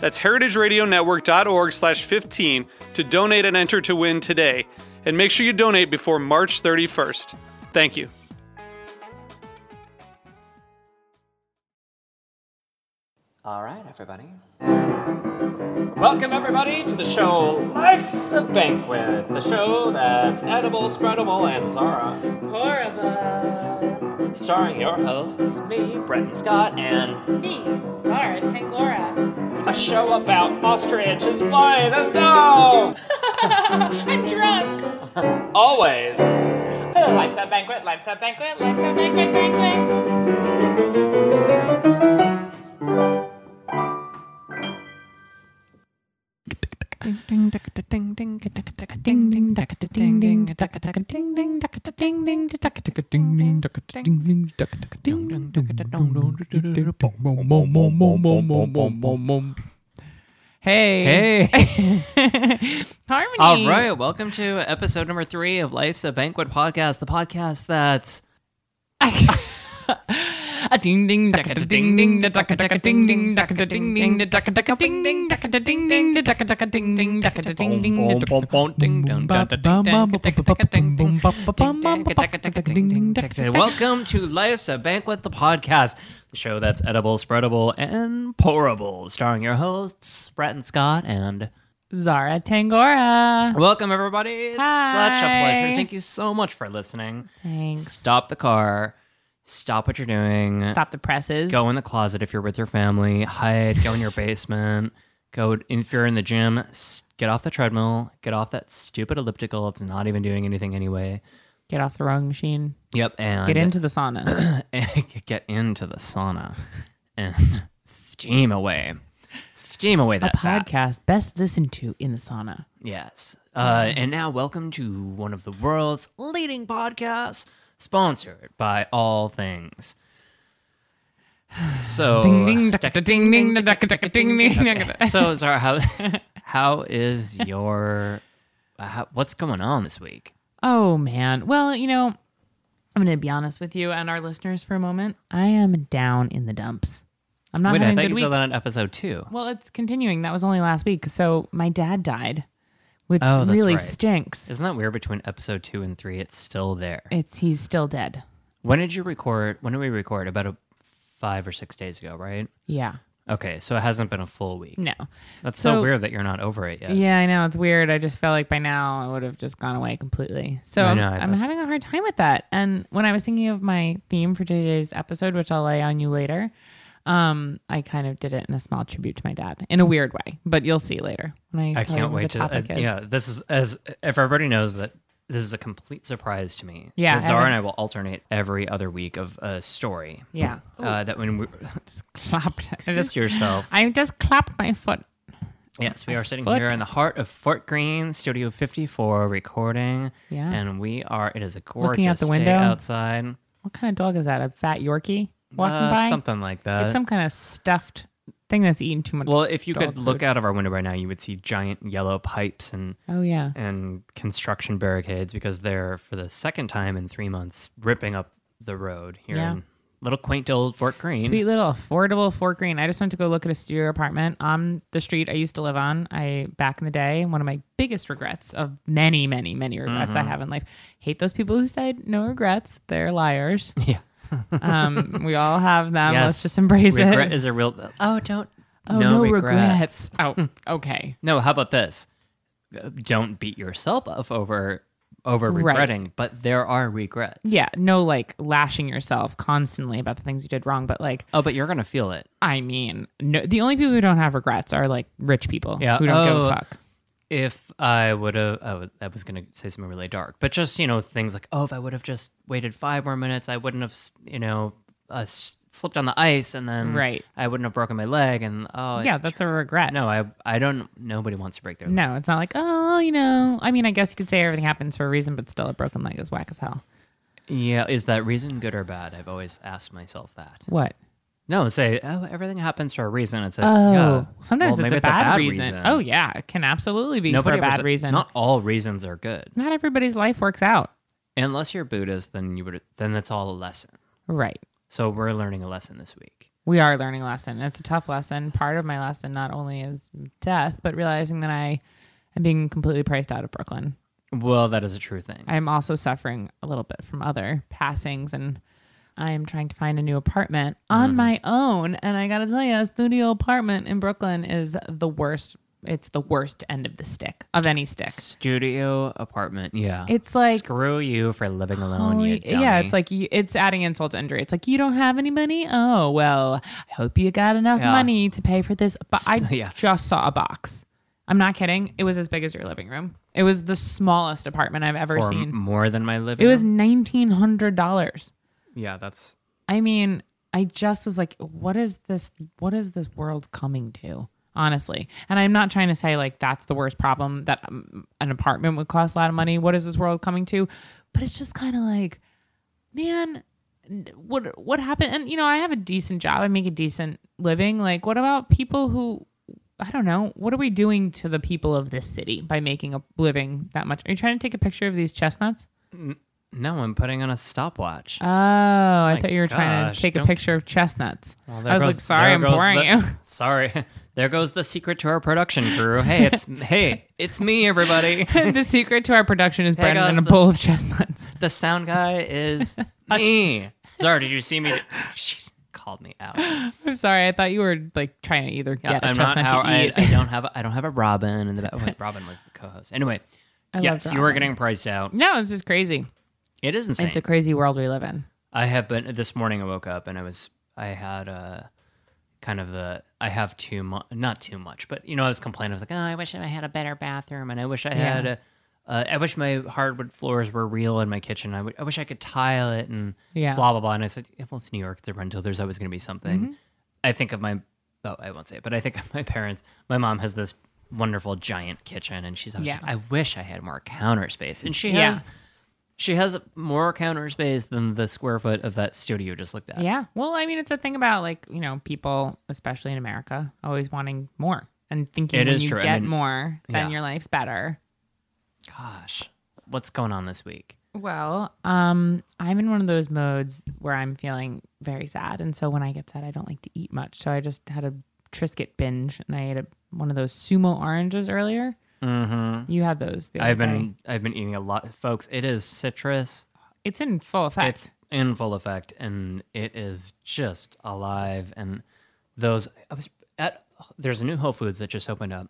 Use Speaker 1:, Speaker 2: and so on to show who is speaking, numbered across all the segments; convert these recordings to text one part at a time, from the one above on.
Speaker 1: That's heritageradionetwork.org slash 15 to donate and enter to win today. And make sure you donate before March 31st. Thank you.
Speaker 2: All right, everybody. Welcome, everybody, to the show Life's a Banquet, the show that's edible, spreadable, and Zara,
Speaker 3: Horrible.
Speaker 2: starring your hosts, me, Brenton Scott, and
Speaker 3: Me, Zara Tangora.
Speaker 2: a show about ostriches, lion, and dog!
Speaker 3: I'm drunk.
Speaker 2: Always!
Speaker 3: Life's a banquet, life's a banquet, life's a banquet, banquet.
Speaker 4: Ding ding ding ding ding ding ding ding ding ding ding ding ding Hey. Hey. Harmony.
Speaker 5: All right, welcome to episode number three of Life's a Banquet podcast, the podcast that's
Speaker 4: A ding ding ding ding ding ding ding ding ding ding ding ding ding ding ding ding ding ding
Speaker 5: welcome to Life's a Banquet, the podcast, the show that's edible, spreadable, and pourable, starring your hosts Bratton Scott and
Speaker 3: Zara Tangora.
Speaker 5: welcome everybody. It's such a
Speaker 3: Hi.
Speaker 5: pleasure. Thank you so much for listening. Stop the car. Stop what you're doing.
Speaker 3: Stop the presses.
Speaker 5: Go in the closet if you're with your family. Hide. Go in your basement. Go if you're in the gym. s- Get off the treadmill. Get off that stupid elliptical. It's not even doing anything anyway.
Speaker 3: Get off the rowing machine.
Speaker 5: Yep. And
Speaker 3: Get into the sauna.
Speaker 5: get into the sauna and steam away. Steam away that fat.
Speaker 3: Podcast best listened to in the sauna.
Speaker 5: Yes. Uh, and now, welcome to one of the world's leading podcasts, sponsored by All Things. So, so Zara, how how is your uh, how, what's going on this week?
Speaker 3: Oh, man. Well, you know, I'm going to be honest with you and our listeners for a moment. I am down in the dumps. I'm not
Speaker 5: Wait, I
Speaker 3: having a
Speaker 5: thought
Speaker 3: good
Speaker 5: you
Speaker 3: week.
Speaker 5: said that on episode two.
Speaker 3: Well, it's continuing. That was only last week. So my dad died, which
Speaker 5: Oh, that's
Speaker 3: really
Speaker 5: right.
Speaker 3: stinks.
Speaker 5: Isn't that weird? Between episode two and three, it's still there.
Speaker 3: It's he's still dead.
Speaker 5: When did you record? When did we record? About a five or six days ago, right?
Speaker 3: Yeah.
Speaker 5: Okay, so it hasn't been a full week.
Speaker 3: No.
Speaker 5: That's so,
Speaker 3: So-
Speaker 5: weird that you're not over it yet.
Speaker 3: Yeah, I know. It's weird. I just felt like by now I would have just gone away completely. So
Speaker 5: I
Speaker 3: I'm,
Speaker 5: know,
Speaker 3: I'm
Speaker 5: that's-
Speaker 3: having a hard time with that. And when I was thinking of my theme for today's episode, which I'll lay on you later, um, I kind of did it in a small tribute to my dad in a weird way, but you'll see later when I,
Speaker 5: I
Speaker 3: tell you
Speaker 5: can't
Speaker 3: what
Speaker 5: wait
Speaker 3: the
Speaker 5: to. Uh,
Speaker 3: topic is.
Speaker 5: yeah, this is as if everybody knows that this is a complete surprise to me.
Speaker 3: Yeah,
Speaker 5: 'Cause
Speaker 3: I
Speaker 5: Zara
Speaker 3: know.
Speaker 5: and I will alternate every other week of a story.
Speaker 3: Yeah.
Speaker 5: uh, that when we
Speaker 3: Clapped. I
Speaker 5: just
Speaker 3: just,
Speaker 5: yourself.
Speaker 3: I just clapped my foot.
Speaker 5: Yes, we are sitting
Speaker 3: foot.
Speaker 5: here in the heart of Fort Greene, Studio 54, recording.
Speaker 3: Yeah.
Speaker 5: And we are, it is a gorgeous
Speaker 3: Looking out the
Speaker 5: day
Speaker 3: window.
Speaker 5: outside.
Speaker 3: What kind of dog is that? A fat Yorkie walking
Speaker 5: Uh,
Speaker 3: by?
Speaker 5: Something like that.
Speaker 3: It's some kind of stuffed thing that's eaten too much.
Speaker 5: well, if you could
Speaker 3: dog
Speaker 5: look
Speaker 3: food.
Speaker 5: out of our window right now, you would see giant yellow pipes and,
Speaker 3: oh yeah,
Speaker 5: and construction barricades because they're, for the second time in three months, ripping up the road here
Speaker 3: Yeah.
Speaker 5: in little quaint old Fort Greene.
Speaker 3: sweet little affordable Fort Greene. I just went to go look at a studio apartment on the street I used to live on. I back in the day, one of my biggest regrets of many, many, many regrets
Speaker 5: Mm-hmm.
Speaker 3: I have in life. Hate those people who said no regrets. They're liars.
Speaker 5: Yeah.
Speaker 3: um, we all have them. Let's
Speaker 5: Yes.
Speaker 3: just embrace
Speaker 5: Regret
Speaker 3: it.
Speaker 5: is a real. Oh, don't.
Speaker 3: oh
Speaker 5: no,
Speaker 3: regrets. Oh, okay.
Speaker 5: No, how about this? Uh, Don't beat yourself up over over
Speaker 3: Right.
Speaker 5: regretting, but there are regrets.
Speaker 3: Yeah, no like lashing yourself constantly about the things you did wrong, but like
Speaker 5: Oh, but you're gonna feel it.
Speaker 3: I mean, no the only people who don't have regrets are like rich people
Speaker 5: Yeah,
Speaker 3: who don't give
Speaker 5: oh,
Speaker 3: a fuck.
Speaker 5: If I would have, oh, I was gonna say something really dark, but just you know things like, oh, if I would have just waited five more minutes, I wouldn't have, you know, uh, s- slipped on the ice, and then
Speaker 3: Right.
Speaker 5: I wouldn't have broken my leg, and oh, I
Speaker 3: Yeah, that's a regret.
Speaker 5: No, I I don't. Nobody wants to break their.
Speaker 3: No, it's not like, oh, you know, I mean, I guess you could say everything happens for a reason, but still a broken leg is whack as hell.
Speaker 5: Yeah, is that reason good or bad? I've always asked myself that.
Speaker 3: What?
Speaker 5: No, say oh, everything happens for a reason. It's a
Speaker 3: Oh,
Speaker 5: yeah.
Speaker 3: sometimes
Speaker 5: Well,
Speaker 3: it's,
Speaker 5: maybe
Speaker 3: a bad reason. Oh, yeah, it can absolutely be
Speaker 5: Nobody
Speaker 3: for a
Speaker 5: ever
Speaker 3: bad
Speaker 5: said-
Speaker 3: reason.
Speaker 5: Not all reasons are good,
Speaker 3: not everybody's life works out.
Speaker 5: unless you're Buddhist. Then you would. Then that's all a lesson.
Speaker 3: Right.
Speaker 5: So we're learning a lesson this week.
Speaker 3: We are learning a lesson. It's a tough lesson. Part of my lesson not only is death, but realizing that I am being completely priced out of Brooklyn.
Speaker 5: Well, that is a true thing.
Speaker 3: I am also suffering a little bit from other passings and I am trying to find a new apartment on
Speaker 5: Mm.
Speaker 3: my own. And I gotta tell you, a studio apartment in Brooklyn is the worst. It's the worst end of the stick of any stick.
Speaker 5: Studio apartment. Yeah,
Speaker 3: It's like-
Speaker 5: screw you for living alone.
Speaker 3: Holy-
Speaker 5: you dummy.
Speaker 3: Oh, yeah, it's like you, it's adding insult to injury. It's like you don't have any money. Oh well, I hope you got enough
Speaker 5: Yeah.
Speaker 3: money to pay for this. But I
Speaker 5: yeah.
Speaker 3: just saw a box. I'm not kidding. It was as big as your living room. It was the smallest apartment I've ever
Speaker 5: for
Speaker 3: seen.
Speaker 5: more than my living.
Speaker 3: it was
Speaker 5: room.
Speaker 3: nineteen hundred dollars.
Speaker 5: yeah. That's
Speaker 3: I mean, I just was like, what is this? What is this world coming to? Honestly, and I'm not trying to say like that's the worst problem that um, an apartment would cost a lot of money. What is this world coming to? But it's just kind of like, man, n- what what happened? And you know, I have a decent job. I make a decent living. Like, what about people who? I don't know. What are we doing to the people of this city by making a living that much? Are you trying to take a picture of these chestnuts?
Speaker 5: no. I'm putting on a stopwatch.
Speaker 3: Oh, I
Speaker 5: My
Speaker 3: thought you were trying
Speaker 5: gosh,
Speaker 3: to take a
Speaker 5: don't-
Speaker 3: picture of chestnuts.
Speaker 5: Well, there
Speaker 3: I was
Speaker 5: goes-
Speaker 3: like, sorry,
Speaker 5: there
Speaker 3: I'm
Speaker 5: goes
Speaker 3: boring
Speaker 5: the-
Speaker 3: you.
Speaker 5: Sorry, there goes the secret to our production crew. Hey, it's hey, it's me, everybody.
Speaker 3: the secret to our production is
Speaker 5: There
Speaker 3: Brandon in
Speaker 5: goes
Speaker 3: a
Speaker 5: the
Speaker 3: bowl
Speaker 5: s-
Speaker 3: of chestnuts.
Speaker 5: The sound guy is me. Zara, did you see me? She called me out.
Speaker 3: I'm sorry. I thought you were like trying to either get a
Speaker 5: I'm not
Speaker 3: chestnut
Speaker 5: how
Speaker 3: to
Speaker 5: I,
Speaker 3: eat.
Speaker 5: I don't have a, I don't have a Robin in the back. Wait, Robin was the co-host. Anyway,
Speaker 3: love
Speaker 5: yes, you were
Speaker 3: Robin.
Speaker 5: getting priced out.
Speaker 3: no, it's just crazy.
Speaker 5: It is insane.
Speaker 3: It's a crazy world we live in.
Speaker 5: I have been this morning. I woke up and I was I had a kind of the I have too much, not too much, but you know I was complaining. I was like, oh, I wish I had a better bathroom, and I wish I had a. Uh, I wish my hardwood floors were real in my kitchen. I would- I wish I could tile it and
Speaker 3: Yeah. Mm-hmm.
Speaker 5: blah blah blah. And I said, yeah, well, it's New York. It's a rental. There's always going to be something. I think of my oh, I won't say it, but I think of my parents. My mom has this wonderful giant kitchen, and she's always
Speaker 3: Yeah.
Speaker 5: like, I wish I had more counter space. And she
Speaker 3: Yeah.
Speaker 5: has she has more counter space than the square foot of that studio just looked at.
Speaker 3: Yeah. Well, I mean, it's a thing about like you know people, especially in America, always wanting more and thinking
Speaker 5: It
Speaker 3: when
Speaker 5: is
Speaker 3: you
Speaker 5: true. I
Speaker 3: get
Speaker 5: mean-
Speaker 3: more, then
Speaker 5: Yeah.
Speaker 3: your life's better.
Speaker 5: Gosh, what's going on this week?
Speaker 3: Well, um, I'm in one of those modes where I'm feeling very sad, and so when I get sad, I don't like to eat much. So I just had a Triscuit binge, and I ate a, one of those sumo oranges earlier. Mm-hmm. You had those. the
Speaker 5: I've
Speaker 3: other
Speaker 5: been
Speaker 3: day.
Speaker 5: I've been eating a lot, folks. It is citrus.
Speaker 3: It's in full effect.
Speaker 5: It's in full effect, and it is just alive. And those I was at. There's a new Whole Foods that just opened up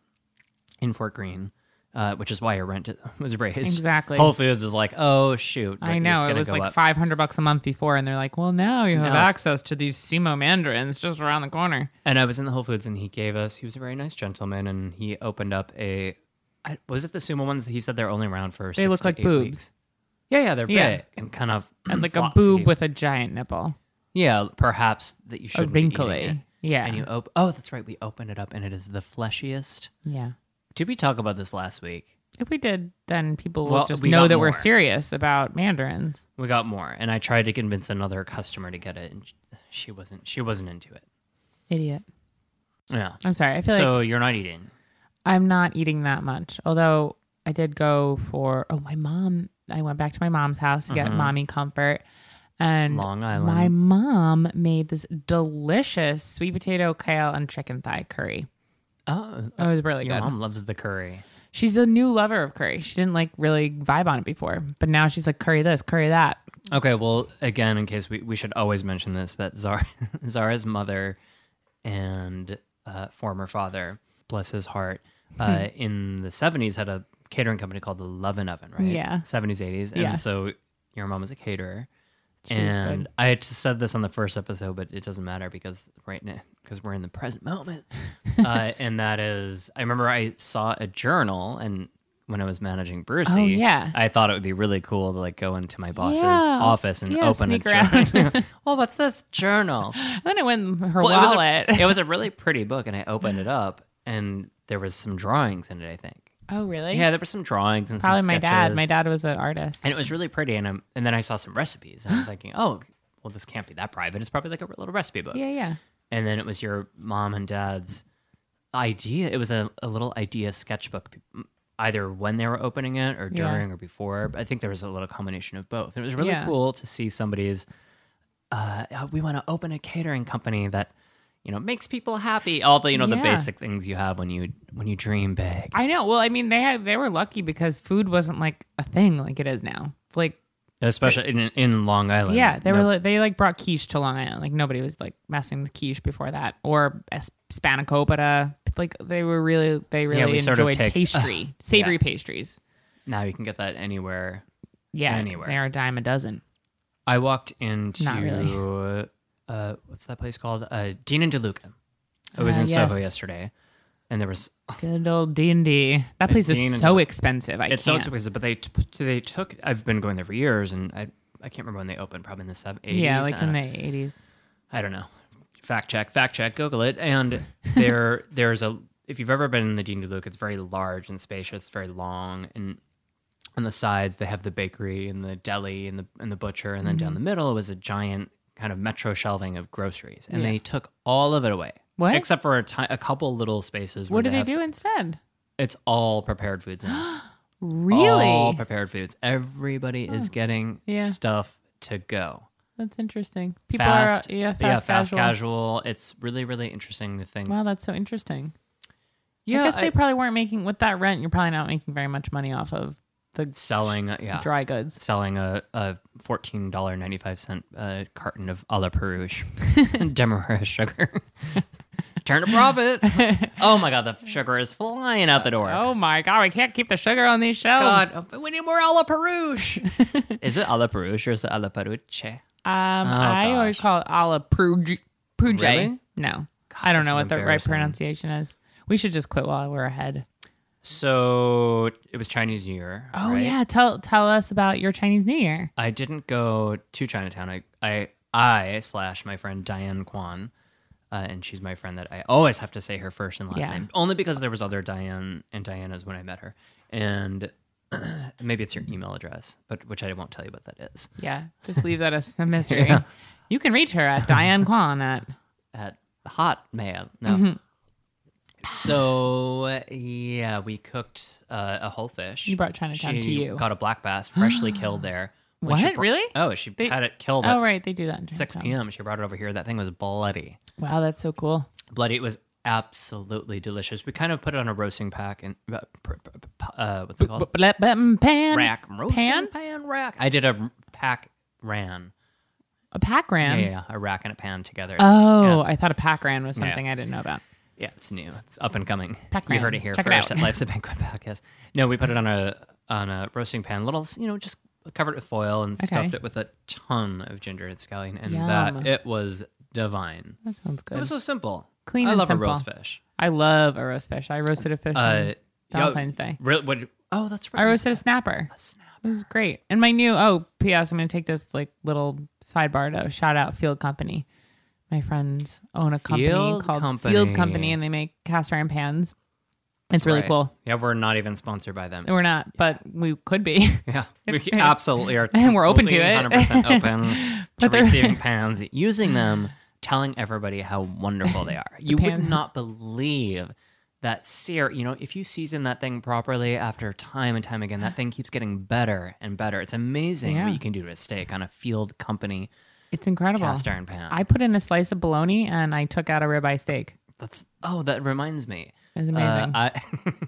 Speaker 5: in Fort Greene. Uh, which is why your rent was raised.
Speaker 3: Exactly.
Speaker 5: Whole Foods is like, oh shoot!
Speaker 3: I
Speaker 5: it's
Speaker 3: know it
Speaker 5: gonna
Speaker 3: was
Speaker 5: go
Speaker 3: like
Speaker 5: up.
Speaker 3: 500 bucks a month before, and they're like, "Well, now you have
Speaker 5: Now it's-
Speaker 3: access to these sumo mandarins just around the corner."
Speaker 5: And I was in the Whole Foods, and he gave us. He was a very nice gentleman, and he opened up a. I, was it the sumo ones? He said they're only around for.
Speaker 3: They
Speaker 5: six
Speaker 3: look
Speaker 5: to
Speaker 3: like
Speaker 5: eight
Speaker 3: boobs.
Speaker 5: weeks. Yeah, yeah, they're
Speaker 3: Yeah.
Speaker 5: big and kind of
Speaker 3: And like a
Speaker 5: floppy.
Speaker 3: boob with a giant nipple,
Speaker 5: Yeah, perhaps that you
Speaker 3: a
Speaker 5: should be eating it.
Speaker 3: wrinkly. Yeah,
Speaker 5: And you op- oh, that's right. We opened it up, and it is the fleshiest.
Speaker 3: yeah.
Speaker 5: Did we talk about this last week?
Speaker 3: If we did, then people will
Speaker 5: Well,
Speaker 3: just
Speaker 5: we
Speaker 3: know
Speaker 5: got
Speaker 3: that
Speaker 5: more.
Speaker 3: we're serious about mandarins.
Speaker 5: We got more, and I tried to convince another customer to get it, and sh- she wasn't. She wasn't into it.
Speaker 3: Idiot.
Speaker 5: Yeah.
Speaker 3: I'm sorry. I feel like
Speaker 5: So you're not eating.
Speaker 3: I'm not eating that much. Although I did go for oh my mom. I went back to my mom's house to get mommy comfort. And
Speaker 5: Mm-hmm. Long Island.
Speaker 3: my mom made this delicious sweet potato, kale, and chicken thigh curry.
Speaker 5: Oh,
Speaker 3: It was really
Speaker 5: your
Speaker 3: good.
Speaker 5: mom loves the curry.
Speaker 3: She's a new lover of curry. She didn't like really vibe on it before, but now she's like curry this, curry that.
Speaker 5: Okay, well, again, in case we, we should always mention this, that Zara, Zara's mother
Speaker 3: Hmm.
Speaker 5: and uh, former father, bless his heart, uh, in the 70s had a catering company called the Lovin' Oven, right?
Speaker 3: Yeah.
Speaker 5: 70s, 80s. And
Speaker 3: Yes.
Speaker 5: so your mom was a caterer.
Speaker 3: She was
Speaker 5: and I had just said this on the first episode, but it doesn't matter because right now, because we're in the present moment. uh, and that is, I remember I saw a journal and when I was managing Brucey,
Speaker 3: Oh, yeah.
Speaker 5: I thought it would be really cool to like go into my boss's
Speaker 3: Yeah.
Speaker 5: office and
Speaker 3: Yeah,
Speaker 5: open a
Speaker 3: sneak around.
Speaker 5: journal. well, what's this journal?
Speaker 3: And then I went in her
Speaker 5: Well, It,
Speaker 3: wallet.
Speaker 5: was a, it was a really pretty book, and I opened it up, and there was some drawings in it. I think.
Speaker 3: oh, really?
Speaker 5: Yeah, there were some drawings and
Speaker 3: Probably
Speaker 5: some
Speaker 3: my dad.
Speaker 5: sketches,
Speaker 3: My dad was an artist.
Speaker 5: and it was really pretty. And I'm, and then I saw some recipes, and I'm thinking, oh, well, this can't be that private. It's probably like a little recipe book.
Speaker 3: yeah, yeah.
Speaker 5: And then it was your mom and dad's idea. It was a, a little idea sketchbook, either when they were opening it or
Speaker 3: Yeah.
Speaker 5: during or before. But I think there was a little combination of both. And it was really
Speaker 3: Yeah.
Speaker 5: cool to see somebody's. Uh, "Oh, we want to open a catering company that, you know, makes people happy. All the you know the
Speaker 3: Yeah.
Speaker 5: basic things you have when you when you dream big.
Speaker 3: I know. Well, I mean, they had they were lucky because food wasn't like a thing like it is now. Like,
Speaker 5: especially in in Long Island.
Speaker 3: yeah, they
Speaker 5: No-
Speaker 3: were like, they like brought quiche to Long Island. Like nobody was like messing with quiche before that or es- spanakopita. Like they were really they really
Speaker 5: we
Speaker 3: enjoyed
Speaker 5: sort of take-
Speaker 3: pastry, savory pastries.
Speaker 5: now you can get that anywhere.
Speaker 3: Yeah,
Speaker 5: Anywhere.
Speaker 3: they are a dime a dozen.
Speaker 5: I walked into
Speaker 3: Not really.
Speaker 5: uh, what's that place called? Uh, Dean and DeLuca. I was
Speaker 3: Ah,
Speaker 5: in Soho
Speaker 3: yes.
Speaker 5: yesterday, and there was
Speaker 3: Good old D and D. That place
Speaker 5: Dean
Speaker 3: is
Speaker 5: and
Speaker 3: so
Speaker 5: Delic-
Speaker 3: expensive. I
Speaker 5: it's so
Speaker 3: can't.
Speaker 5: expensive, but they t- they took. I've been going there for years, and I I can't remember when they opened. Probably in the seven eighties. uh,
Speaker 3: yeah, like
Speaker 5: I
Speaker 3: in
Speaker 5: don't-
Speaker 3: the eighties.
Speaker 5: I don't know. Fact check, fact check, Google it. And there, there's a. If you've ever been in the Dean DeLuca, it's very large and spacious, very long, and on the sides they have the bakery and the deli and the and the butcher, and then
Speaker 3: Mm-hmm.
Speaker 5: down the middle was a giant kind of metro shelving of groceries, and they took all of it away.
Speaker 3: What?
Speaker 5: Except for a ti- a couple little spaces. where
Speaker 3: What do they
Speaker 5: have s-
Speaker 3: do instead?
Speaker 5: It's all prepared foods. Now.
Speaker 3: Really?
Speaker 5: All prepared foods. Everybody is getting
Speaker 3: Yeah.
Speaker 5: stuff to go
Speaker 3: That's interesting. People
Speaker 5: fast,
Speaker 3: are yeah, fast, casual.
Speaker 5: casual. It's really, really interesting to think.
Speaker 3: Wow, that's so interesting.
Speaker 5: yeah,
Speaker 3: I guess
Speaker 5: I-
Speaker 3: they probably weren't making with that rent. You're probably not making very much money off of the
Speaker 5: selling, uh, yeah,
Speaker 3: dry goods.
Speaker 5: selling a, a fourteen dollar ninety five cent uh, carton of a la Peruche Demerara sugar. Turn a profit. oh my god, the sugar is flying out the door.
Speaker 3: Oh my god, we can't keep the sugar on these shelves.
Speaker 5: god, oh, we need more a la Peruche. is it a la Peruche or is it a la Peruche?
Speaker 3: Um, I
Speaker 5: gosh.
Speaker 3: always call it a la Pruge. Pruge.
Speaker 5: Really?
Speaker 3: No, I don't
Speaker 5: this
Speaker 3: know
Speaker 5: is
Speaker 3: what the right
Speaker 5: embarrassing.
Speaker 3: pronunciation is. We should just quit while we're ahead.
Speaker 5: So it was Chinese New Year.
Speaker 3: Oh
Speaker 5: right?
Speaker 3: yeah, tell tell us about your Chinese New Year.
Speaker 5: I didn't go to Chinatown. I I, I slash my friend Diane Kwan, uh, and she's my friend that I always have to say her first and last
Speaker 3: Yeah.
Speaker 5: name, only because there was other Diane and Diana's when I met her, and maybe it's your email address, but which I won't tell you what that is.
Speaker 3: Yeah, just leave that as a mystery. You can reach her at Diane Kwan at
Speaker 5: At Hotmail, no.
Speaker 3: Mm-hmm.
Speaker 5: So yeah, we cooked uh, a whole fish.
Speaker 3: You brought Chinatown
Speaker 5: she
Speaker 3: to you.
Speaker 5: Got a black bass, freshly killed there. When she
Speaker 3: What? Really?
Speaker 5: Oh, she had it killed
Speaker 3: Oh
Speaker 5: at
Speaker 3: right, they do that in
Speaker 5: 6
Speaker 3: Chinatown.
Speaker 5: p.m. She brought it over here. That thing was bloody.
Speaker 3: Wow, that's so cool.
Speaker 5: bloody. It was absolutely delicious. We kind of put it on a roasting pack and uh, pr- pr- pr- uh, what's it called?
Speaker 3: Blah, blah, mm, pan
Speaker 5: rack roasting
Speaker 3: pan?
Speaker 5: pan rack. I did a pack ran.
Speaker 3: a pack
Speaker 5: Yeah,
Speaker 3: ran.
Speaker 5: yeah, yeah, a rack and a pan together. It's-
Speaker 3: Oh,
Speaker 5: yeah,
Speaker 3: I thought a pack ran was something I didn't know about.
Speaker 5: yeah, it's new. It's up and coming.
Speaker 3: Pack
Speaker 5: you
Speaker 3: ran.
Speaker 5: heard it here
Speaker 3: Check it
Speaker 5: first
Speaker 3: out.
Speaker 5: at Life's a Banquet podcast. No, we put it on a on a roasting pan, little you know, just covered it with foil and stuffed it with a ton of ginger and scallion, and
Speaker 3: Yum.
Speaker 5: that it was divine.
Speaker 3: That sounds
Speaker 5: It
Speaker 3: good.
Speaker 5: was so simple.
Speaker 3: Clean
Speaker 5: I
Speaker 3: and
Speaker 5: love
Speaker 3: simple.
Speaker 5: a roast fish.
Speaker 3: I love a roast fish. I roasted a fish
Speaker 5: Uh,
Speaker 3: on Valentine's Day.
Speaker 5: Really, what, oh, that's right.
Speaker 3: I roasted a snapper. It was great. And my new oh, P.S. I'm going to take this like little sidebar to shout out Field Company. My friends own a company
Speaker 5: Field
Speaker 3: called
Speaker 5: Company.
Speaker 3: Field Company, and they make cast iron pans. it's really
Speaker 5: Right.
Speaker 3: cool.
Speaker 5: Yeah, we're not even sponsored by them.
Speaker 3: We're not, but we could be.
Speaker 5: Yeah, we absolutely are.
Speaker 3: And we're open to
Speaker 5: completely
Speaker 3: it.
Speaker 5: 100% open to
Speaker 3: they're-
Speaker 5: receiving pans, using them, telling everybody how wonderful they are. You
Speaker 3: pan-
Speaker 5: would not believe that sear. You know, if you season that thing properly after time and time again, that thing keeps getting better and better. It's amazing
Speaker 3: Yeah.
Speaker 5: what you can do to a steak on a field company
Speaker 3: It's incredible.
Speaker 5: cast iron pan.
Speaker 3: I put in a slice of bologna and I took out a ribeye steak.
Speaker 5: That's oh, that reminds me.
Speaker 3: It's amazing.
Speaker 5: Uh, I,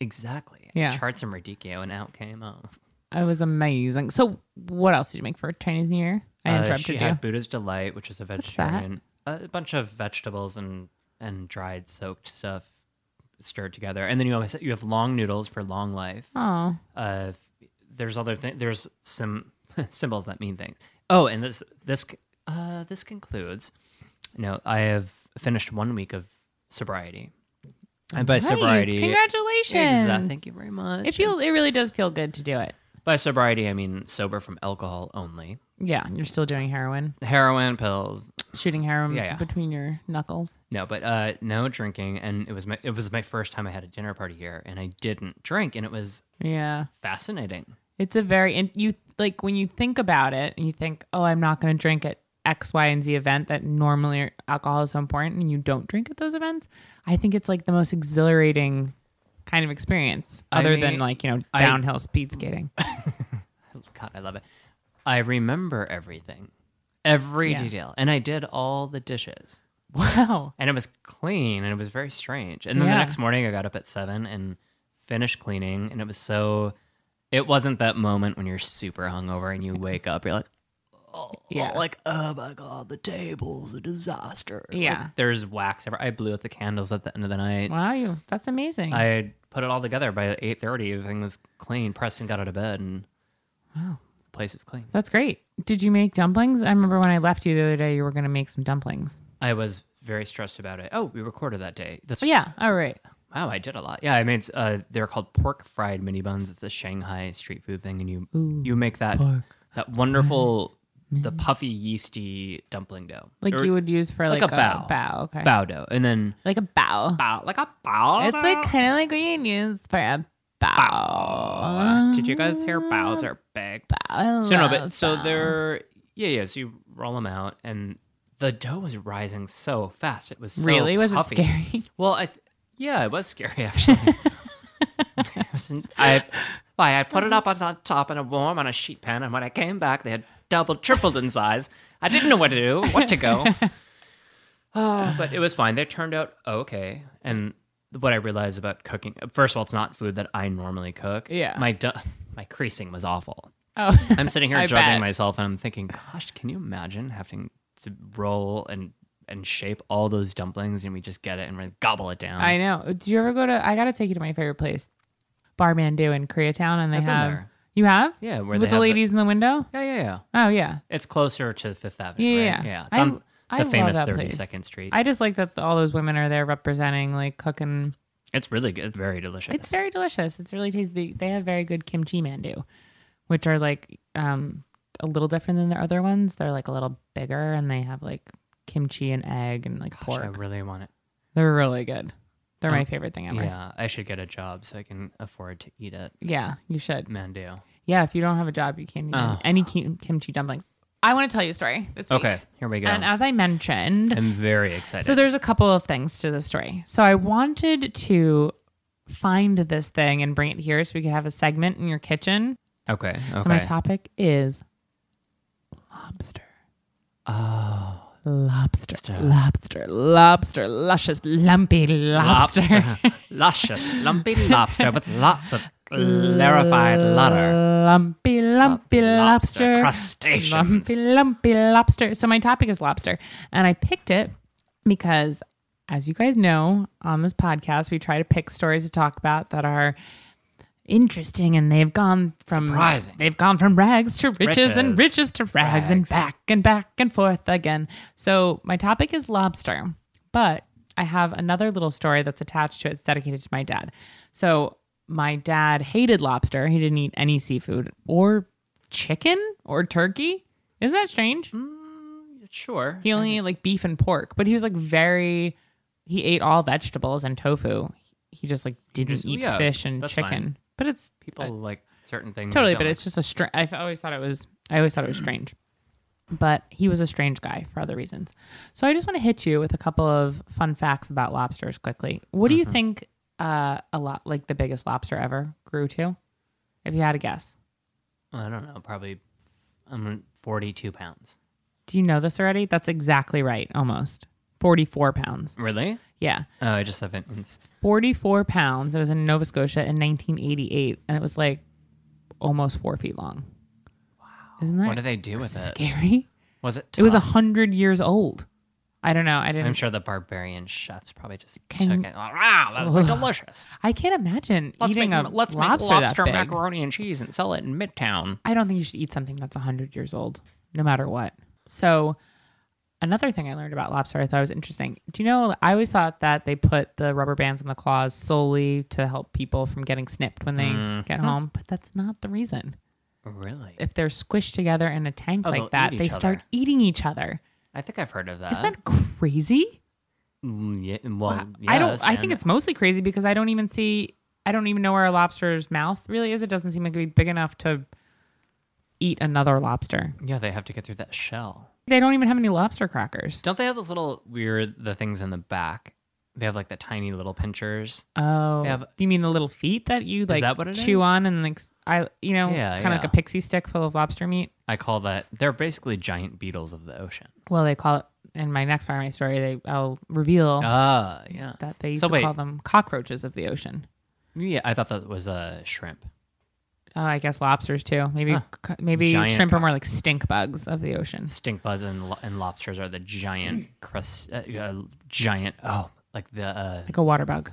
Speaker 5: exactly.
Speaker 3: Yeah.
Speaker 5: I charred some radicchio and out came out.
Speaker 3: It was amazing. So, what else did you make for Chinese New Year? I
Speaker 5: Uh,
Speaker 3: interrupted
Speaker 5: she
Speaker 3: you.
Speaker 5: had Buddha's delight, which is a
Speaker 3: that?
Speaker 5: vegetarian, a bunch of vegetables and and dried soaked stuff, stir it together. And then you always you have long noodles for long life.
Speaker 3: Oh,
Speaker 5: Uh, there's other thing. There's some symbols that mean things. Oh, and this this uh, this concludes. No, I have finished one week of sobriety. And by
Speaker 3: nice.
Speaker 5: sobriety,
Speaker 3: Congratulations.
Speaker 5: Exa- Thank you very much.
Speaker 3: It feel it really does feel good to do it.
Speaker 5: By sobriety, I mean sober from alcohol only.
Speaker 3: Yeah, you're still doing heroin,
Speaker 5: Heroin, pills,
Speaker 3: shooting heroin
Speaker 5: Yeah, yeah.
Speaker 3: between your knuckles.
Speaker 5: no, but uh, no drinking. And it was my it was my first time I had a dinner party here, and I didn't drink, and it was
Speaker 3: Yeah,
Speaker 5: fascinating.
Speaker 3: it's a very and you like when you think about it and you think, oh, I'm not going to drink at X, Y, and Z event that normally alcohol is so important, and you don't drink at those events. I think it's like the most exhilarating kind of experience,
Speaker 5: I
Speaker 3: other than
Speaker 5: mean,
Speaker 3: like you know
Speaker 5: I-
Speaker 3: downhill speed skating.
Speaker 5: God, I love it. I remember everything, every
Speaker 3: Yeah.
Speaker 5: detail, and I did all the dishes,
Speaker 3: wow.
Speaker 5: and it was clean, and it was very strange. And then the
Speaker 3: Yeah.
Speaker 5: next morning, I got up at seven and finished cleaning, and it was so. It wasn't that moment when you're super hungover and you wake up, you're like,
Speaker 3: Yeah.
Speaker 5: like, oh my god, the table's a disaster. Like,
Speaker 3: Yeah.
Speaker 5: there's wax everywhere. I blew out the candles at the end of the night.
Speaker 3: Wow, you that's amazing.
Speaker 5: I had put it all together by eight thirty. Everything was clean. Preston got out of bed, and
Speaker 3: Wow.
Speaker 5: the place is clean.
Speaker 3: That's great. Did you make dumplings? I remember when I left you the other day, you were going to make some dumplings.
Speaker 5: I was very stressed about it. Oh, we recorded that day. That's
Speaker 3: Oh, yeah. All right.
Speaker 5: wow. I did a lot. Yeah, I made. Uh, they're called pork fried mini buns. It's a Shanghai street food thing, and you you make that that wonderful, the puffy yeasty dumpling dough,
Speaker 3: Like
Speaker 5: Or
Speaker 3: you would use for
Speaker 5: like
Speaker 3: like,
Speaker 5: a bao.
Speaker 3: Bow. Okay.
Speaker 5: bao dough, and then
Speaker 3: Like a bow.
Speaker 5: bao like a bao.
Speaker 3: It's like kind of like what you use for a bow.
Speaker 5: Did you guys hear bows are big?
Speaker 3: I
Speaker 5: So no, but
Speaker 3: love
Speaker 5: so
Speaker 3: bao.
Speaker 5: they're yeah, yeah. So you roll them out, and the dough was rising so fast. It was so
Speaker 3: really was
Speaker 5: puffy.
Speaker 3: it scary?
Speaker 5: Well, I th- yeah, it was scary actually. It wasn't- I why I put it up on the top in a warm on a sheet pan, and when I came back, they had doubled, tripled in size. I didn't know what to do, what to go. Oh, but it was fine. They turned out okay. And what I realized about cooking, first of all, it's not food that I normally cook.
Speaker 3: Yeah.
Speaker 5: my du- my creasing was awful.
Speaker 3: Oh,
Speaker 5: I'm sitting here
Speaker 3: I
Speaker 5: judging
Speaker 3: bet.
Speaker 5: myself, and I'm thinking, gosh, can you imagine having to roll and and shape all those dumplings, and we just get it and we gobble it down.
Speaker 3: I know. Did you ever go to? I got to take you to my favorite place, Bar Mandu in Koreatown, and they
Speaker 5: I've been
Speaker 3: have.
Speaker 5: there.
Speaker 3: You have?
Speaker 5: Yeah, where
Speaker 3: With
Speaker 5: they
Speaker 3: the
Speaker 5: have the-
Speaker 3: ladies in the window.
Speaker 5: yeah, yeah, yeah.
Speaker 3: Oh yeah.
Speaker 5: It's closer to Fifth Avenue.
Speaker 3: Yeah,
Speaker 5: right?
Speaker 3: yeah.
Speaker 5: yeah. It's
Speaker 3: I-
Speaker 5: on
Speaker 3: I
Speaker 5: the
Speaker 3: love
Speaker 5: famous
Speaker 3: that
Speaker 5: Thirty
Speaker 3: place.
Speaker 5: Second Street.
Speaker 3: I just like that all those women are there representing like cooking.
Speaker 5: it's really good. It's very delicious.
Speaker 3: It's very delicious. It's really tasty. They- They have very good kimchi mandu, which are like um, a little different than their other ones. They're like a little bigger and they have like kimchi and egg and like
Speaker 5: Gosh, I
Speaker 3: pork.
Speaker 5: really want it.
Speaker 3: They're really good. They're my
Speaker 5: Um,
Speaker 3: favorite thing ever. Yeah.
Speaker 5: Yeah, I should get a job so I can afford to eat at
Speaker 3: you should.
Speaker 5: Mandu.
Speaker 3: Yeah, if you don't have a job, you can't eat
Speaker 5: Oh.
Speaker 3: any kim- kimchi dumplings. I want to tell you a story this week.
Speaker 5: Okay, here we go.
Speaker 3: And as I mentioned,
Speaker 5: I'm very excited.
Speaker 3: So there's a couple of things to the story. So I wanted to find this thing and bring it here so we could have a segment in your kitchen.
Speaker 5: okay, okay.
Speaker 3: So my topic is lobster.
Speaker 5: oh,
Speaker 3: Lobster, lobster, lobster, luscious, lumpy lobster.
Speaker 5: lobster, luscious, lumpy lobster with lots of clarified ladder.
Speaker 3: Lumpy, lumpy
Speaker 5: Lobster,
Speaker 3: lobster.
Speaker 5: crustaceans.
Speaker 3: Lumpy, lumpy lobster. So my topic is lobster, and I picked it because, as you guys know, on this podcast we try to pick stories to talk about that are interesting, and they've gone from
Speaker 5: Surprising.
Speaker 3: They've gone from rags to riches, and
Speaker 5: Riches.
Speaker 3: riches to rags, and
Speaker 5: Rags.
Speaker 3: back and back and forth again. So my topic is lobster, but I have another little story that's attached to it. It's dedicated to my dad. So my dad hated lobster. He didn't eat any seafood or chicken or turkey. Isn't that strange?
Speaker 5: Mm-hmm. Sure.
Speaker 3: He only ate like beef and pork, but he was like very. He ate all vegetables and tofu. He just like didn't
Speaker 5: just-
Speaker 3: eat
Speaker 5: yeah,
Speaker 3: fish and
Speaker 5: that's
Speaker 3: chicken.
Speaker 5: fine.
Speaker 3: But it's
Speaker 5: People like certain things.
Speaker 3: totally
Speaker 5: don't
Speaker 3: but
Speaker 5: like.
Speaker 3: it's just a strange i always thought it was i always thought it was
Speaker 5: Mm.
Speaker 3: strange but he was a strange guy for other reasons so i just want to hit you with a couple of fun facts about lobsters quickly what
Speaker 5: Mm-hmm.
Speaker 3: do you think uh, a lot like the biggest lobster ever grew to if you had to guess
Speaker 5: I don't know. Probably, I'm 42 pounds.
Speaker 3: do you know this already that's exactly right almost 44 pounds
Speaker 5: Really?
Speaker 3: yeah
Speaker 5: Oh, I just haven't. it's-
Speaker 3: 44 pounds it was in nova scotia in 1988 and it was like almost four feet long wow isn't that
Speaker 5: What do they do with it?
Speaker 3: scary
Speaker 5: Was it?
Speaker 3: It was a
Speaker 5: tough?
Speaker 3: hundred years old. I don't know. I didn't.
Speaker 5: I'm sure the barbarian chefs probably just
Speaker 3: Can-
Speaker 5: took it. Wow, that was delicious.
Speaker 3: I can't imagine
Speaker 5: Let's
Speaker 3: eating
Speaker 5: make
Speaker 3: a
Speaker 5: let's
Speaker 3: lobster,
Speaker 5: make lobster
Speaker 3: that big.
Speaker 5: macaroni and cheese and sell it in Midtown.
Speaker 3: I don't think you should eat something that's 100 years old, no matter what. So, another thing I learned about lobster I thought was interesting. Do you know, I always thought that they put the rubber bands on the claws solely to help people from getting snipped when they
Speaker 5: Mm-hmm.
Speaker 3: get home, but that's not the reason.
Speaker 5: Really?
Speaker 3: If they're squished together in a tank
Speaker 5: Oh, they'll
Speaker 3: like that,
Speaker 5: eat
Speaker 3: they
Speaker 5: each
Speaker 3: start
Speaker 5: other.
Speaker 3: eating each other.
Speaker 5: I think I've heard of that.
Speaker 3: Isn't that crazy?
Speaker 5: Mm, yeah, well,
Speaker 3: I don't.
Speaker 5: yes,
Speaker 3: I think
Speaker 5: and-
Speaker 3: it's mostly crazy because I don't even see. I don't even know where a lobster's mouth really is. It doesn't seem like it'd be big enough to eat another lobster.
Speaker 5: yeah. They have to get through that shell.
Speaker 3: They don't even have any lobster crackers.
Speaker 5: Don't they have those little weird the things in the back? They have like the tiny little pinchers.
Speaker 3: Oh,
Speaker 5: They have-
Speaker 3: you mean the little feet that you like
Speaker 5: that what it
Speaker 3: chew
Speaker 5: is?
Speaker 3: on and like s- I, you know,
Speaker 5: Yeah,
Speaker 3: kind of like a
Speaker 5: yeah.
Speaker 3: pixie stick full of lobster meat?
Speaker 5: I call that. They're basically giant beetles of the ocean.
Speaker 3: Well, they call it in my next part of my story. They I'll reveal
Speaker 5: Ah, yeah.
Speaker 3: that they used
Speaker 5: so
Speaker 3: to
Speaker 5: wait,
Speaker 3: call them cockroaches of the ocean.
Speaker 5: yeah. I thought that was a uh, shrimp.
Speaker 3: Oh, I guess lobsters too. Maybe c- maybe
Speaker 5: Giant
Speaker 3: shrimp are more like stink bugs of the ocean.
Speaker 5: Stink bugs and, lo- and lobsters are the giant crust, uh, uh, giant oh, like the uh,
Speaker 3: Like a water bug,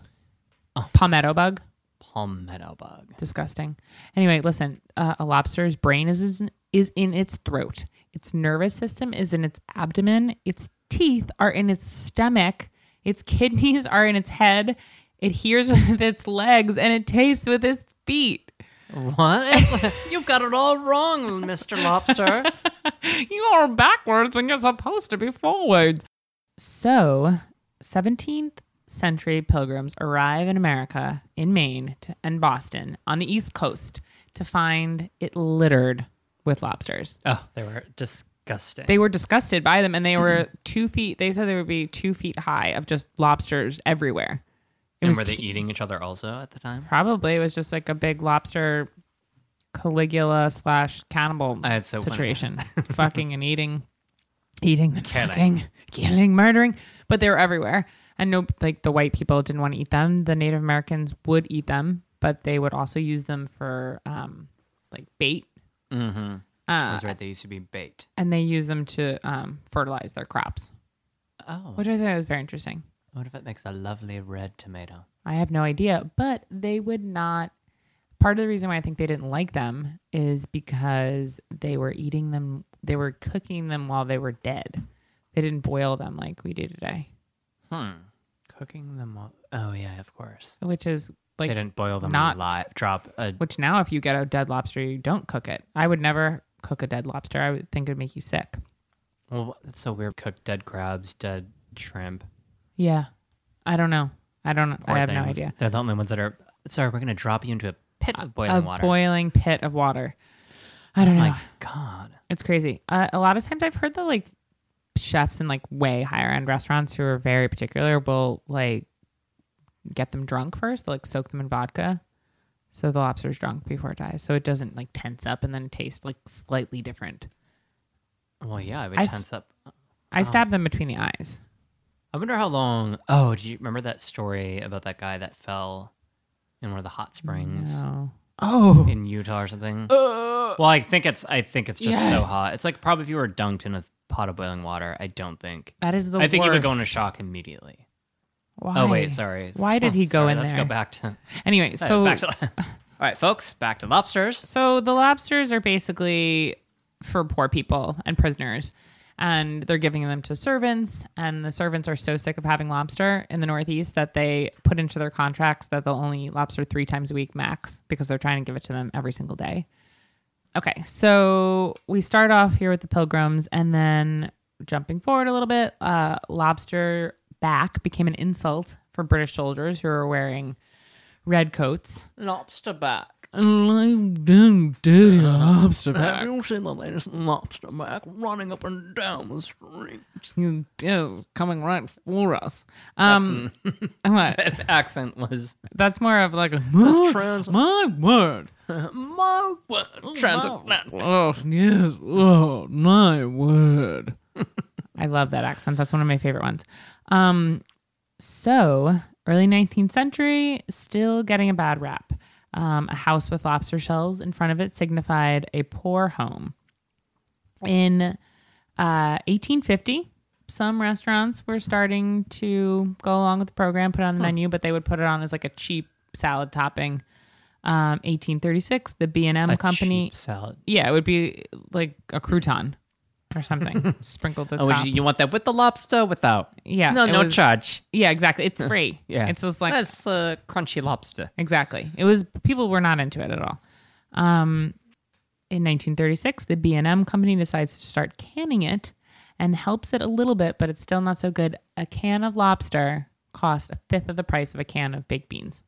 Speaker 3: palmetto bug.
Speaker 5: palmetto bug.
Speaker 3: disgusting. Anyway, listen, uh, a lobster's brain is is in, is in its throat. Its nervous system is in its abdomen. Its teeth are in its stomach. Its kidneys are in its head. It hears with its legs and it tastes with its feet.
Speaker 5: What? It's- You've got it all wrong, Mister Lobster.
Speaker 3: You are backwards when you're supposed to be forwards. So, 17th century pilgrims arrive in America, in Maine to, and Boston, on the East Coast, to find it littered with lobsters.
Speaker 5: oh, they were disgusting.
Speaker 3: they were disgusted by them and they were
Speaker 5: Mm-hmm.
Speaker 3: two feet they said they would be two feet high of just lobsters everywhere it
Speaker 5: and
Speaker 3: was
Speaker 5: were they
Speaker 3: t-
Speaker 5: eating each other also at the time?
Speaker 3: probably it was just like a big lobster caligula slash cannibal
Speaker 5: I had so funny.
Speaker 3: situation fucking and eating eating and
Speaker 5: Killing.
Speaker 3: fucking killing murdering but they were everywhere and no like the white people didn't want to eat them the native americans would eat them but they would also use them for um like bait Mm-hmm. Ah.
Speaker 5: That's right. They used to be bait.
Speaker 3: and they use them to um, fertilize their crops
Speaker 5: Oh,
Speaker 3: which i thought was very interesting
Speaker 5: what if it makes a lovely red tomato?
Speaker 3: I have no idea, but they would not. Part of the reason why I think they didn't like them is because they were eating them, they were cooking them while they were dead. They didn't boil them like we do today,
Speaker 5: Hmm. Cooking them. All- oh yeah, of course.
Speaker 3: which is like,
Speaker 5: they didn't boil them
Speaker 3: not-
Speaker 5: alive. Drop a
Speaker 3: which now if you get a dead lobster, you don't cook it. I would never cook a dead lobster. I would think it would make you sick.
Speaker 5: Well, that's so weird. Cooked dead crabs, dead shrimp.
Speaker 3: Yeah. I don't know. I don't,
Speaker 5: poor
Speaker 3: I have no
Speaker 5: things.
Speaker 3: idea.
Speaker 5: They're the only ones that are. Sorry, we're gonna drop you into a pit of boiling
Speaker 3: a
Speaker 5: water. Oh
Speaker 3: boiling pit of water. I don't know.
Speaker 5: My God.
Speaker 3: It's crazy. Uh, a lot of times I've heard that like chefs in like way higher end restaurants who are very particular will like get them drunk first, They'll, like soak them in vodka. So the lobster's drunk before it dies. So it doesn't like tense up and then taste like slightly different.
Speaker 5: Well, yeah, I would
Speaker 3: I s-
Speaker 5: tense up. Oh.
Speaker 3: I stabbed them between the eyes.
Speaker 5: I wonder how long. Oh, do you remember that story about that guy that fell in one of the hot springs
Speaker 3: No. Uh.
Speaker 5: in Utah or something? well, I think it's. I think it's just so
Speaker 3: Yes.
Speaker 5: hot. It's like probably if you were dunked in a pot of boiling water. I don't think.
Speaker 3: That is the
Speaker 5: I think you would go into
Speaker 3: worst.
Speaker 5: shock immediately.
Speaker 3: Why?
Speaker 5: Oh wait, sorry.
Speaker 3: Why did he go
Speaker 5: Sorry,
Speaker 3: in
Speaker 5: let's
Speaker 3: there?
Speaker 5: go back to.
Speaker 3: Anyway, so
Speaker 5: back to. All right, folks, back to lobsters.
Speaker 3: So the lobsters are basically for poor people and prisoners. And they're giving them to servants, and the servants are so sick of having lobster in the Northeast that they put into their contracts that they'll only eat lobster three times a week max because they're trying to give it to them every single day. Okay, so we start off here with the pilgrims, and then jumping forward a little bit, uh, lobster back became an insult for British soldiers who were wearing red coats.
Speaker 5: Lobster back.
Speaker 3: Dirty lobster
Speaker 6: Have you seen the latest lobster mac running up and down the street?
Speaker 3: is coming right for us. Um, what? that's,
Speaker 5: That accent was
Speaker 3: more of like a, my, my word.
Speaker 6: My word, transatlantic.
Speaker 3: Oh yes, oh my word. I love that accent. That's one of my favorite ones. Um, so early 19th century, still getting a bad rap. Um, a house with lobster shells in front of it signified a poor home. In uh, 1850, some restaurants were starting to go along with the program, put it on the menu, but they would put it on as like a cheap salad topping. Um, 1836, the B and M company.
Speaker 5: Cheap salad.
Speaker 3: Yeah, it would be like a crouton or something sprinkled at the
Speaker 5: Oh,
Speaker 3: top.
Speaker 5: you, you want that with the lobster? or Without?
Speaker 3: Yeah,
Speaker 5: No,
Speaker 3: it
Speaker 5: no
Speaker 3: was-
Speaker 5: charge.
Speaker 3: yeah, exactly. It's free.
Speaker 5: Yeah.
Speaker 3: it's just like
Speaker 5: that's uh, crunchy lobster.
Speaker 3: Exactly. It was people were not into it at all. Um, in 1936, the B&M company decides to start canning it and helps it a little bit, but it's still not so good. A can of lobster cost a fifth of the price of a can of baked beans.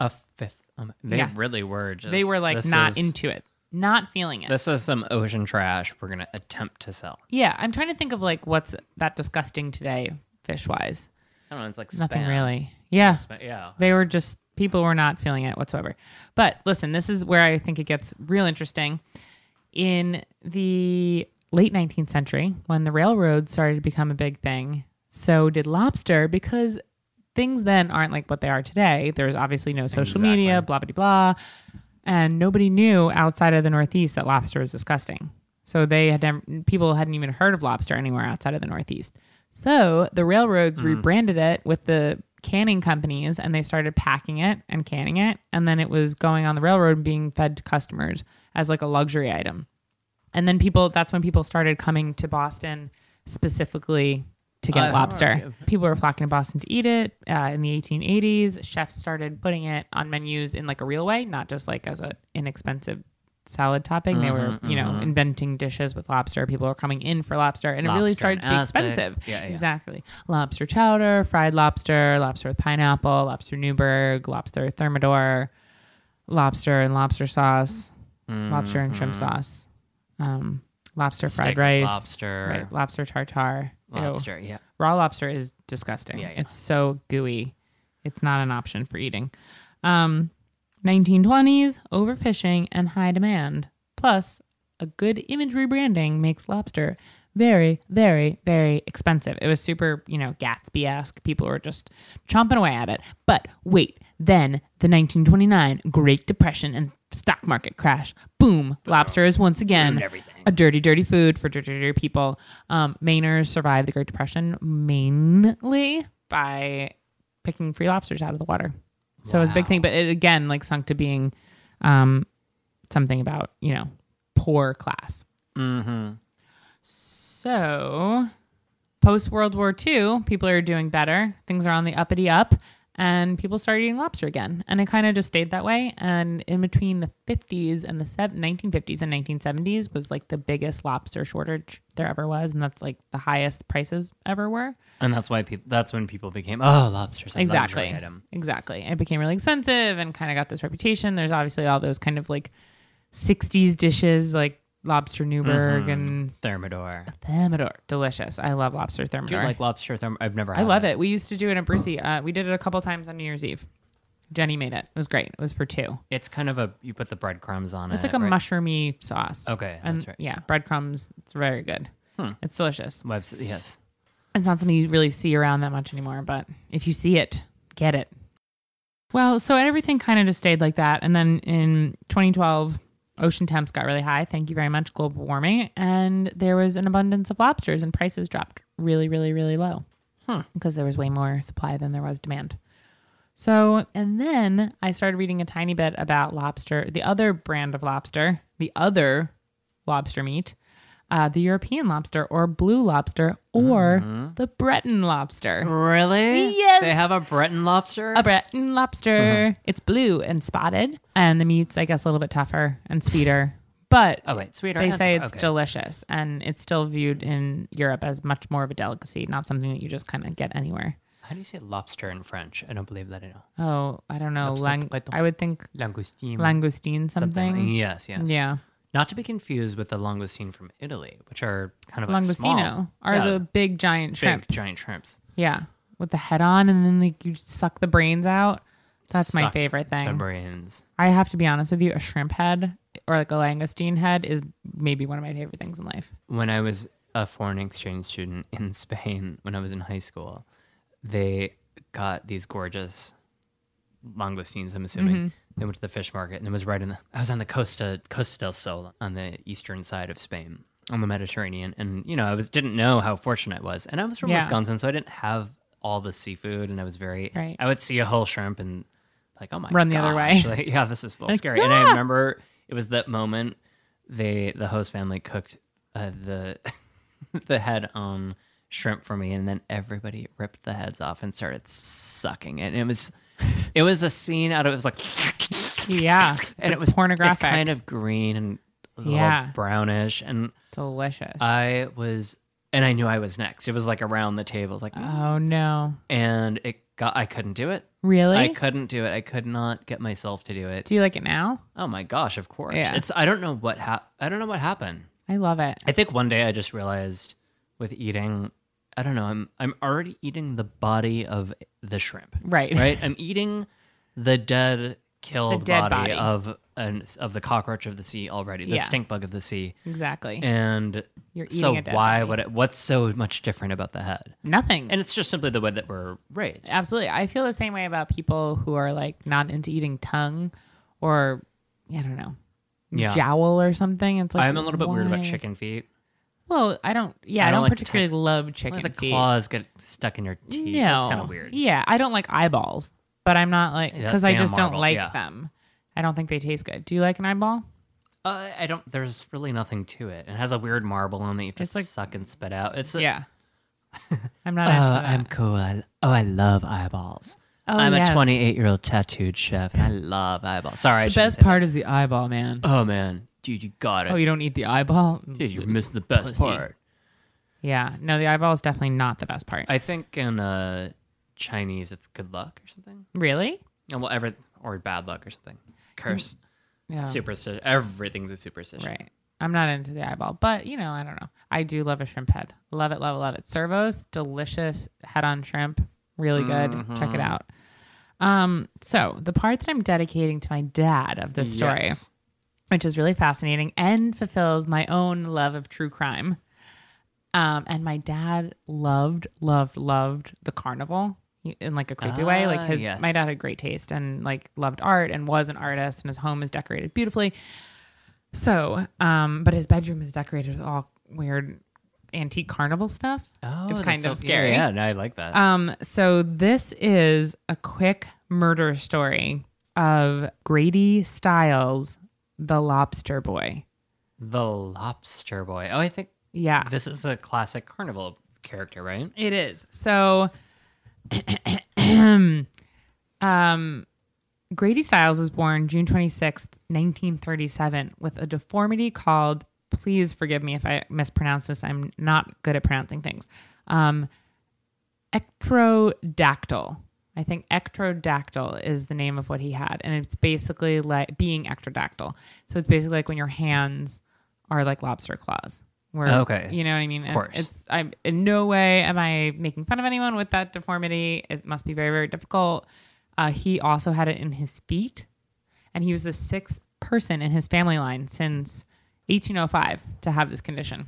Speaker 5: A fifth. Um, they
Speaker 3: Yeah.
Speaker 5: really were. Just,
Speaker 3: They were like
Speaker 5: this
Speaker 3: not
Speaker 5: is-
Speaker 3: into it, not feeling it.
Speaker 5: This is some ocean trash. We're gonna attempt to sell.
Speaker 3: yeah, I'm trying to think of like what's that disgusting today fish wise.
Speaker 5: I don't know. It's like
Speaker 3: Nothing
Speaker 5: spam.
Speaker 3: really. Yeah.
Speaker 5: Spam- yeah.
Speaker 3: They were just people were not feeling it whatsoever. But listen, this is where I think it gets real interesting. In the late 19th century, when the railroads started to become a big thing, so did lobster because things then aren't like what they are today. There's obviously no social media, blah blah blah, and nobody knew outside of the Northeast that lobster was disgusting. So they had never, people hadn't even heard of lobster anywhere outside of the Northeast. So the railroads rebranded it with the canning companies, and they started packing it and canning it, and then it was going on the railroad and being fed to customers as like a luxury item. And then people, that's when people started coming to Boston specifically to get
Speaker 5: Uh,
Speaker 3: lobster. People were flocking to Boston to eat it. Uh, in the 1880s, chefs started putting it on menus in like a real way, not just like as an inexpensive salad topping. they were,
Speaker 5: Mm-hmm,
Speaker 3: you know, inventing dishes with lobster. People were coming in for lobster, and it really
Speaker 5: Lobster and
Speaker 3: started to be
Speaker 5: aspic.
Speaker 3: expensive.
Speaker 5: Yeah, yeah.
Speaker 3: Exactly. Lobster chowder, fried lobster, lobster with pineapple, lobster Newburg, lobster thermidor, lobster and lobster sauce, lobster and shrimp sauce, um, lobster
Speaker 5: Mm-hmm. Steak
Speaker 3: fried
Speaker 5: with
Speaker 3: rice,
Speaker 5: lobster.
Speaker 3: right, lobster tartar. Ew.
Speaker 5: Lobster. Yeah.
Speaker 3: Raw lobster is disgusting. It's so gooey. It's not an option for eating. Um, 1920s, overfishing and high demand. Plus, a good image rebranding makes lobster very, very, very expensive. It was super, you know, Gatsby esque. People were just chomping away at it. But wait, then the 1929 Great Depression and stock market crash. Boom, lobster is once again a dirty, dirty food for dirty, dirty people. Um, Mainers survived the Great Depression mainly by picking free lobsters out of the water. So it was a big thing, but it again like sunk to being um, something about you know poor class. So post World War II, people are doing better. Things are on the uppity up, and people started eating lobster again. And it kind of just stayed that way. And in between the 50s and the sev- 1950s and 1970s was like the biggest lobster shortage there ever was. And that's like the highest prices ever were.
Speaker 5: And that's why people. That's when people became oh lobsters. a luxury
Speaker 3: Exactly.
Speaker 5: Item.
Speaker 3: Exactly. It became really expensive and kind of got this reputation. There's obviously all those kind of like 60s dishes like lobster Newburg
Speaker 5: Mm-hmm.
Speaker 3: and
Speaker 5: Thermidor.
Speaker 3: thermidor. Delicious. I love lobster thermidor.
Speaker 5: Do you like lobster therm? I've never.
Speaker 3: I
Speaker 5: had
Speaker 3: love it. We used to do it at Brucey. Uh, we did it a couple times on New Year's Eve. Jenny made it. It was great. It was for two.
Speaker 5: It's kind of a you put the breadcrumbs on
Speaker 3: It's
Speaker 5: it.
Speaker 3: like a
Speaker 5: right?
Speaker 3: mushroomy sauce.
Speaker 5: Okay,
Speaker 3: and
Speaker 5: that's right. Hmm.
Speaker 3: yeah, breadcrumbs. It's very good. It's delicious.
Speaker 5: Webs- yes.
Speaker 3: It's not something you really see around that much anymore, but if you see it, get it. Well, so everything kind of just stayed like that. And then in 2012, ocean temps got really high. Thank you very much, global warming. And there was an abundance of lobsters and prices dropped really, really, really low because there was way more supply than there was demand. So, and then I started reading a tiny bit about lobster, the other brand of lobster, the other lobster meat, uh, the European lobster or blue lobster or
Speaker 5: Mm-hmm.
Speaker 3: the Breton lobster.
Speaker 5: Really?
Speaker 3: Yes.
Speaker 5: They have a Breton lobster.
Speaker 3: A Breton lobster.
Speaker 5: Mm-hmm.
Speaker 3: It's blue and spotted, and the meat's, I guess, a little bit tougher and sweeter. But
Speaker 5: oh wait, sweetheart.
Speaker 3: they
Speaker 5: that's-
Speaker 3: say it's
Speaker 5: okay.
Speaker 3: delicious, and it's still viewed in Europe as much more of a delicacy, not something that you just kind of get anywhere.
Speaker 5: How do you say lobster in French? I don't believe that I know.
Speaker 3: Oh, I don't know.
Speaker 5: Lobster Mm-hmm.
Speaker 3: Lang-
Speaker 5: Breton.
Speaker 3: I would think
Speaker 5: Langoustine.
Speaker 3: langoustine something.
Speaker 5: Yes, yes.
Speaker 3: Yeah.
Speaker 5: Not to be confused with the langoustine from Italy, which are kind of like small,
Speaker 3: Langostino are
Speaker 5: yeah,
Speaker 3: the big giant
Speaker 5: big
Speaker 3: shrimp.
Speaker 5: giant shrimps.
Speaker 3: Yeah. With the head on and then like you suck the brains out. That's my
Speaker 5: Suck
Speaker 3: favorite
Speaker 5: The
Speaker 3: thing.
Speaker 5: brains.
Speaker 3: I have to be honest with you, a shrimp head or like a langoustine head is maybe one of my favorite things in life.
Speaker 5: when I was a foreign exchange student in Spain when I was in high school, they got these gorgeous langoustines. I'm assuming
Speaker 3: Mm-hmm.
Speaker 5: they went to the fish market and it was right in the. I was on the Costa Costa del Sol on the eastern side of Spain, on the Mediterranean, and you know I was didn't know how fortunate I was, and I was from
Speaker 3: Yeah.
Speaker 5: Wisconsin, so I didn't have all the seafood, and I was very.
Speaker 3: Right.
Speaker 5: I would see a whole shrimp and like, oh my,
Speaker 3: Run the other
Speaker 5: gosh,
Speaker 3: way.
Speaker 5: Like, yeah, this is a little scary. And I
Speaker 3: "Ah!"
Speaker 5: remember it was that moment they the host family cooked uh, the the head on shrimp for me, and then everybody ripped the heads off and started sucking it. And it was it was a scene out of it was like
Speaker 3: Yeah.
Speaker 5: and
Speaker 3: It's
Speaker 5: it was
Speaker 3: pornographic.
Speaker 5: It's kind of green and a little
Speaker 3: Yeah.
Speaker 5: brownish, and
Speaker 3: delicious.
Speaker 5: I was, and I knew I was next. It was like around the table, It's like,
Speaker 3: oh no.
Speaker 5: and it got. I couldn't do it.
Speaker 3: Really?
Speaker 5: I couldn't do it. I could not get myself to do it.
Speaker 3: Do you like it now?
Speaker 5: oh my gosh! Of course,
Speaker 3: Yeah.
Speaker 5: it's. I don't know what hap- I don't know what happened.
Speaker 3: I love it.
Speaker 5: I think one day I just realized with eating. I don't know. I'm I'm already eating the body of the shrimp.
Speaker 3: Right.
Speaker 5: Right. I'm eating the dead killed
Speaker 3: dead
Speaker 5: body,
Speaker 3: body.
Speaker 5: of an, of the cockroach of the sea already. The
Speaker 3: Yeah.
Speaker 5: stink bug of the sea.
Speaker 3: Exactly.
Speaker 5: And
Speaker 3: You're
Speaker 5: so
Speaker 3: eating a dead
Speaker 5: why
Speaker 3: body.
Speaker 5: would it? What's so much different about the head?
Speaker 3: Nothing.
Speaker 5: And it's just simply the way that we're raised.
Speaker 3: Absolutely. I feel the same way about people who are like not into eating tongue or I don't know,
Speaker 5: Yeah.
Speaker 3: jowl or something. It's like
Speaker 5: I'm a little bit weird about
Speaker 3: why?
Speaker 5: chicken feet.
Speaker 3: Well, I don't yeah,
Speaker 5: I
Speaker 3: I,
Speaker 5: don't
Speaker 3: don't,
Speaker 5: like the
Speaker 3: particularly
Speaker 5: text-
Speaker 3: love
Speaker 5: Why
Speaker 3: chicken
Speaker 5: the
Speaker 3: feet.
Speaker 5: claws get stuck in your teeth.
Speaker 3: No.
Speaker 5: That's kind of weird.
Speaker 3: Yeah, I don't like eyeballs, but I'm not like
Speaker 5: Yeah, that
Speaker 3: cuz I
Speaker 5: damn
Speaker 3: just don't
Speaker 5: marble,
Speaker 3: like
Speaker 5: yeah.
Speaker 3: them. I don't think they taste good. Do you like an eyeball?
Speaker 5: Uh, I don't. There's really nothing to it. It has a weird marble on that you have to
Speaker 3: It's like-
Speaker 5: suck and spit out. It's a,
Speaker 3: Yeah. I'm not
Speaker 5: Oh,
Speaker 3: into that.
Speaker 5: I'm cool. I, oh, I love eyeballs.
Speaker 3: Oh,
Speaker 5: I'm
Speaker 3: yes.
Speaker 5: a 28 year old tattooed chef, and I love eyeballs. Sorry, I
Speaker 3: The
Speaker 5: shouldn't
Speaker 3: best
Speaker 5: say that.
Speaker 3: part is the eyeball, man.
Speaker 5: Oh man, dude, you got it.
Speaker 3: Oh, you don't eat the eyeball?
Speaker 5: dude, you missed the best
Speaker 6: pussy.
Speaker 5: part.
Speaker 3: Yeah. No, the eyeball is definitely not the best part.
Speaker 5: I think in uh, Chinese, it's good luck or something.
Speaker 3: really?
Speaker 5: Oh, Well, every or bad luck or something. Curse,
Speaker 3: Yeah.
Speaker 5: superstition. Everything's a superstition.
Speaker 3: Mm. Oh. Right. I'm not into the eyeball, but you know, I don't know. I do love a shrimp head. Love it, love it, love it. Servos, delicious head on shrimp. Really good. Check it out. Um, so the part that I'm dedicating to my dad of this story,
Speaker 5: Yes.
Speaker 3: which is really fascinating and fulfills my own love of true crime. Um, and my dad loved, loved, loved the carnival he- in like a creepy way. Like
Speaker 5: Ah,
Speaker 3: his,
Speaker 5: yes.
Speaker 3: my dad had great taste and like loved art and was an artist, and his home is decorated beautifully. So, um, but his bedroom is decorated with all weird antique carnival stuff.
Speaker 5: Oh,
Speaker 3: it's
Speaker 5: that's
Speaker 3: kind
Speaker 5: so-
Speaker 3: of scary.
Speaker 5: Yeah, yeah, no, I like that.
Speaker 3: Um, so this is a quick murder story of Grady Stiles, the lobster boy.
Speaker 5: the lobster boy. Oh, I think
Speaker 3: Yeah.
Speaker 5: this is a classic carnival character, right?
Speaker 3: It is. So um Grady Stiles was born June 26th, 1937 with a deformity called please forgive me if I mispronounce this. I'm not good at pronouncing things. Um ectrodactyl. I think ectrodactyl is the name of what he had and it's basically like being ectrodactyl. So it's basically like when your hands are like lobster claws. Where,
Speaker 5: Okay.
Speaker 3: You know what I mean? Of
Speaker 5: course.
Speaker 3: It's I'm in no way am I making fun of anyone with that deformity. It must be very, very difficult. Uh, he also had it in his feet, and he was the sixth person in his family line since 1805 to have this condition.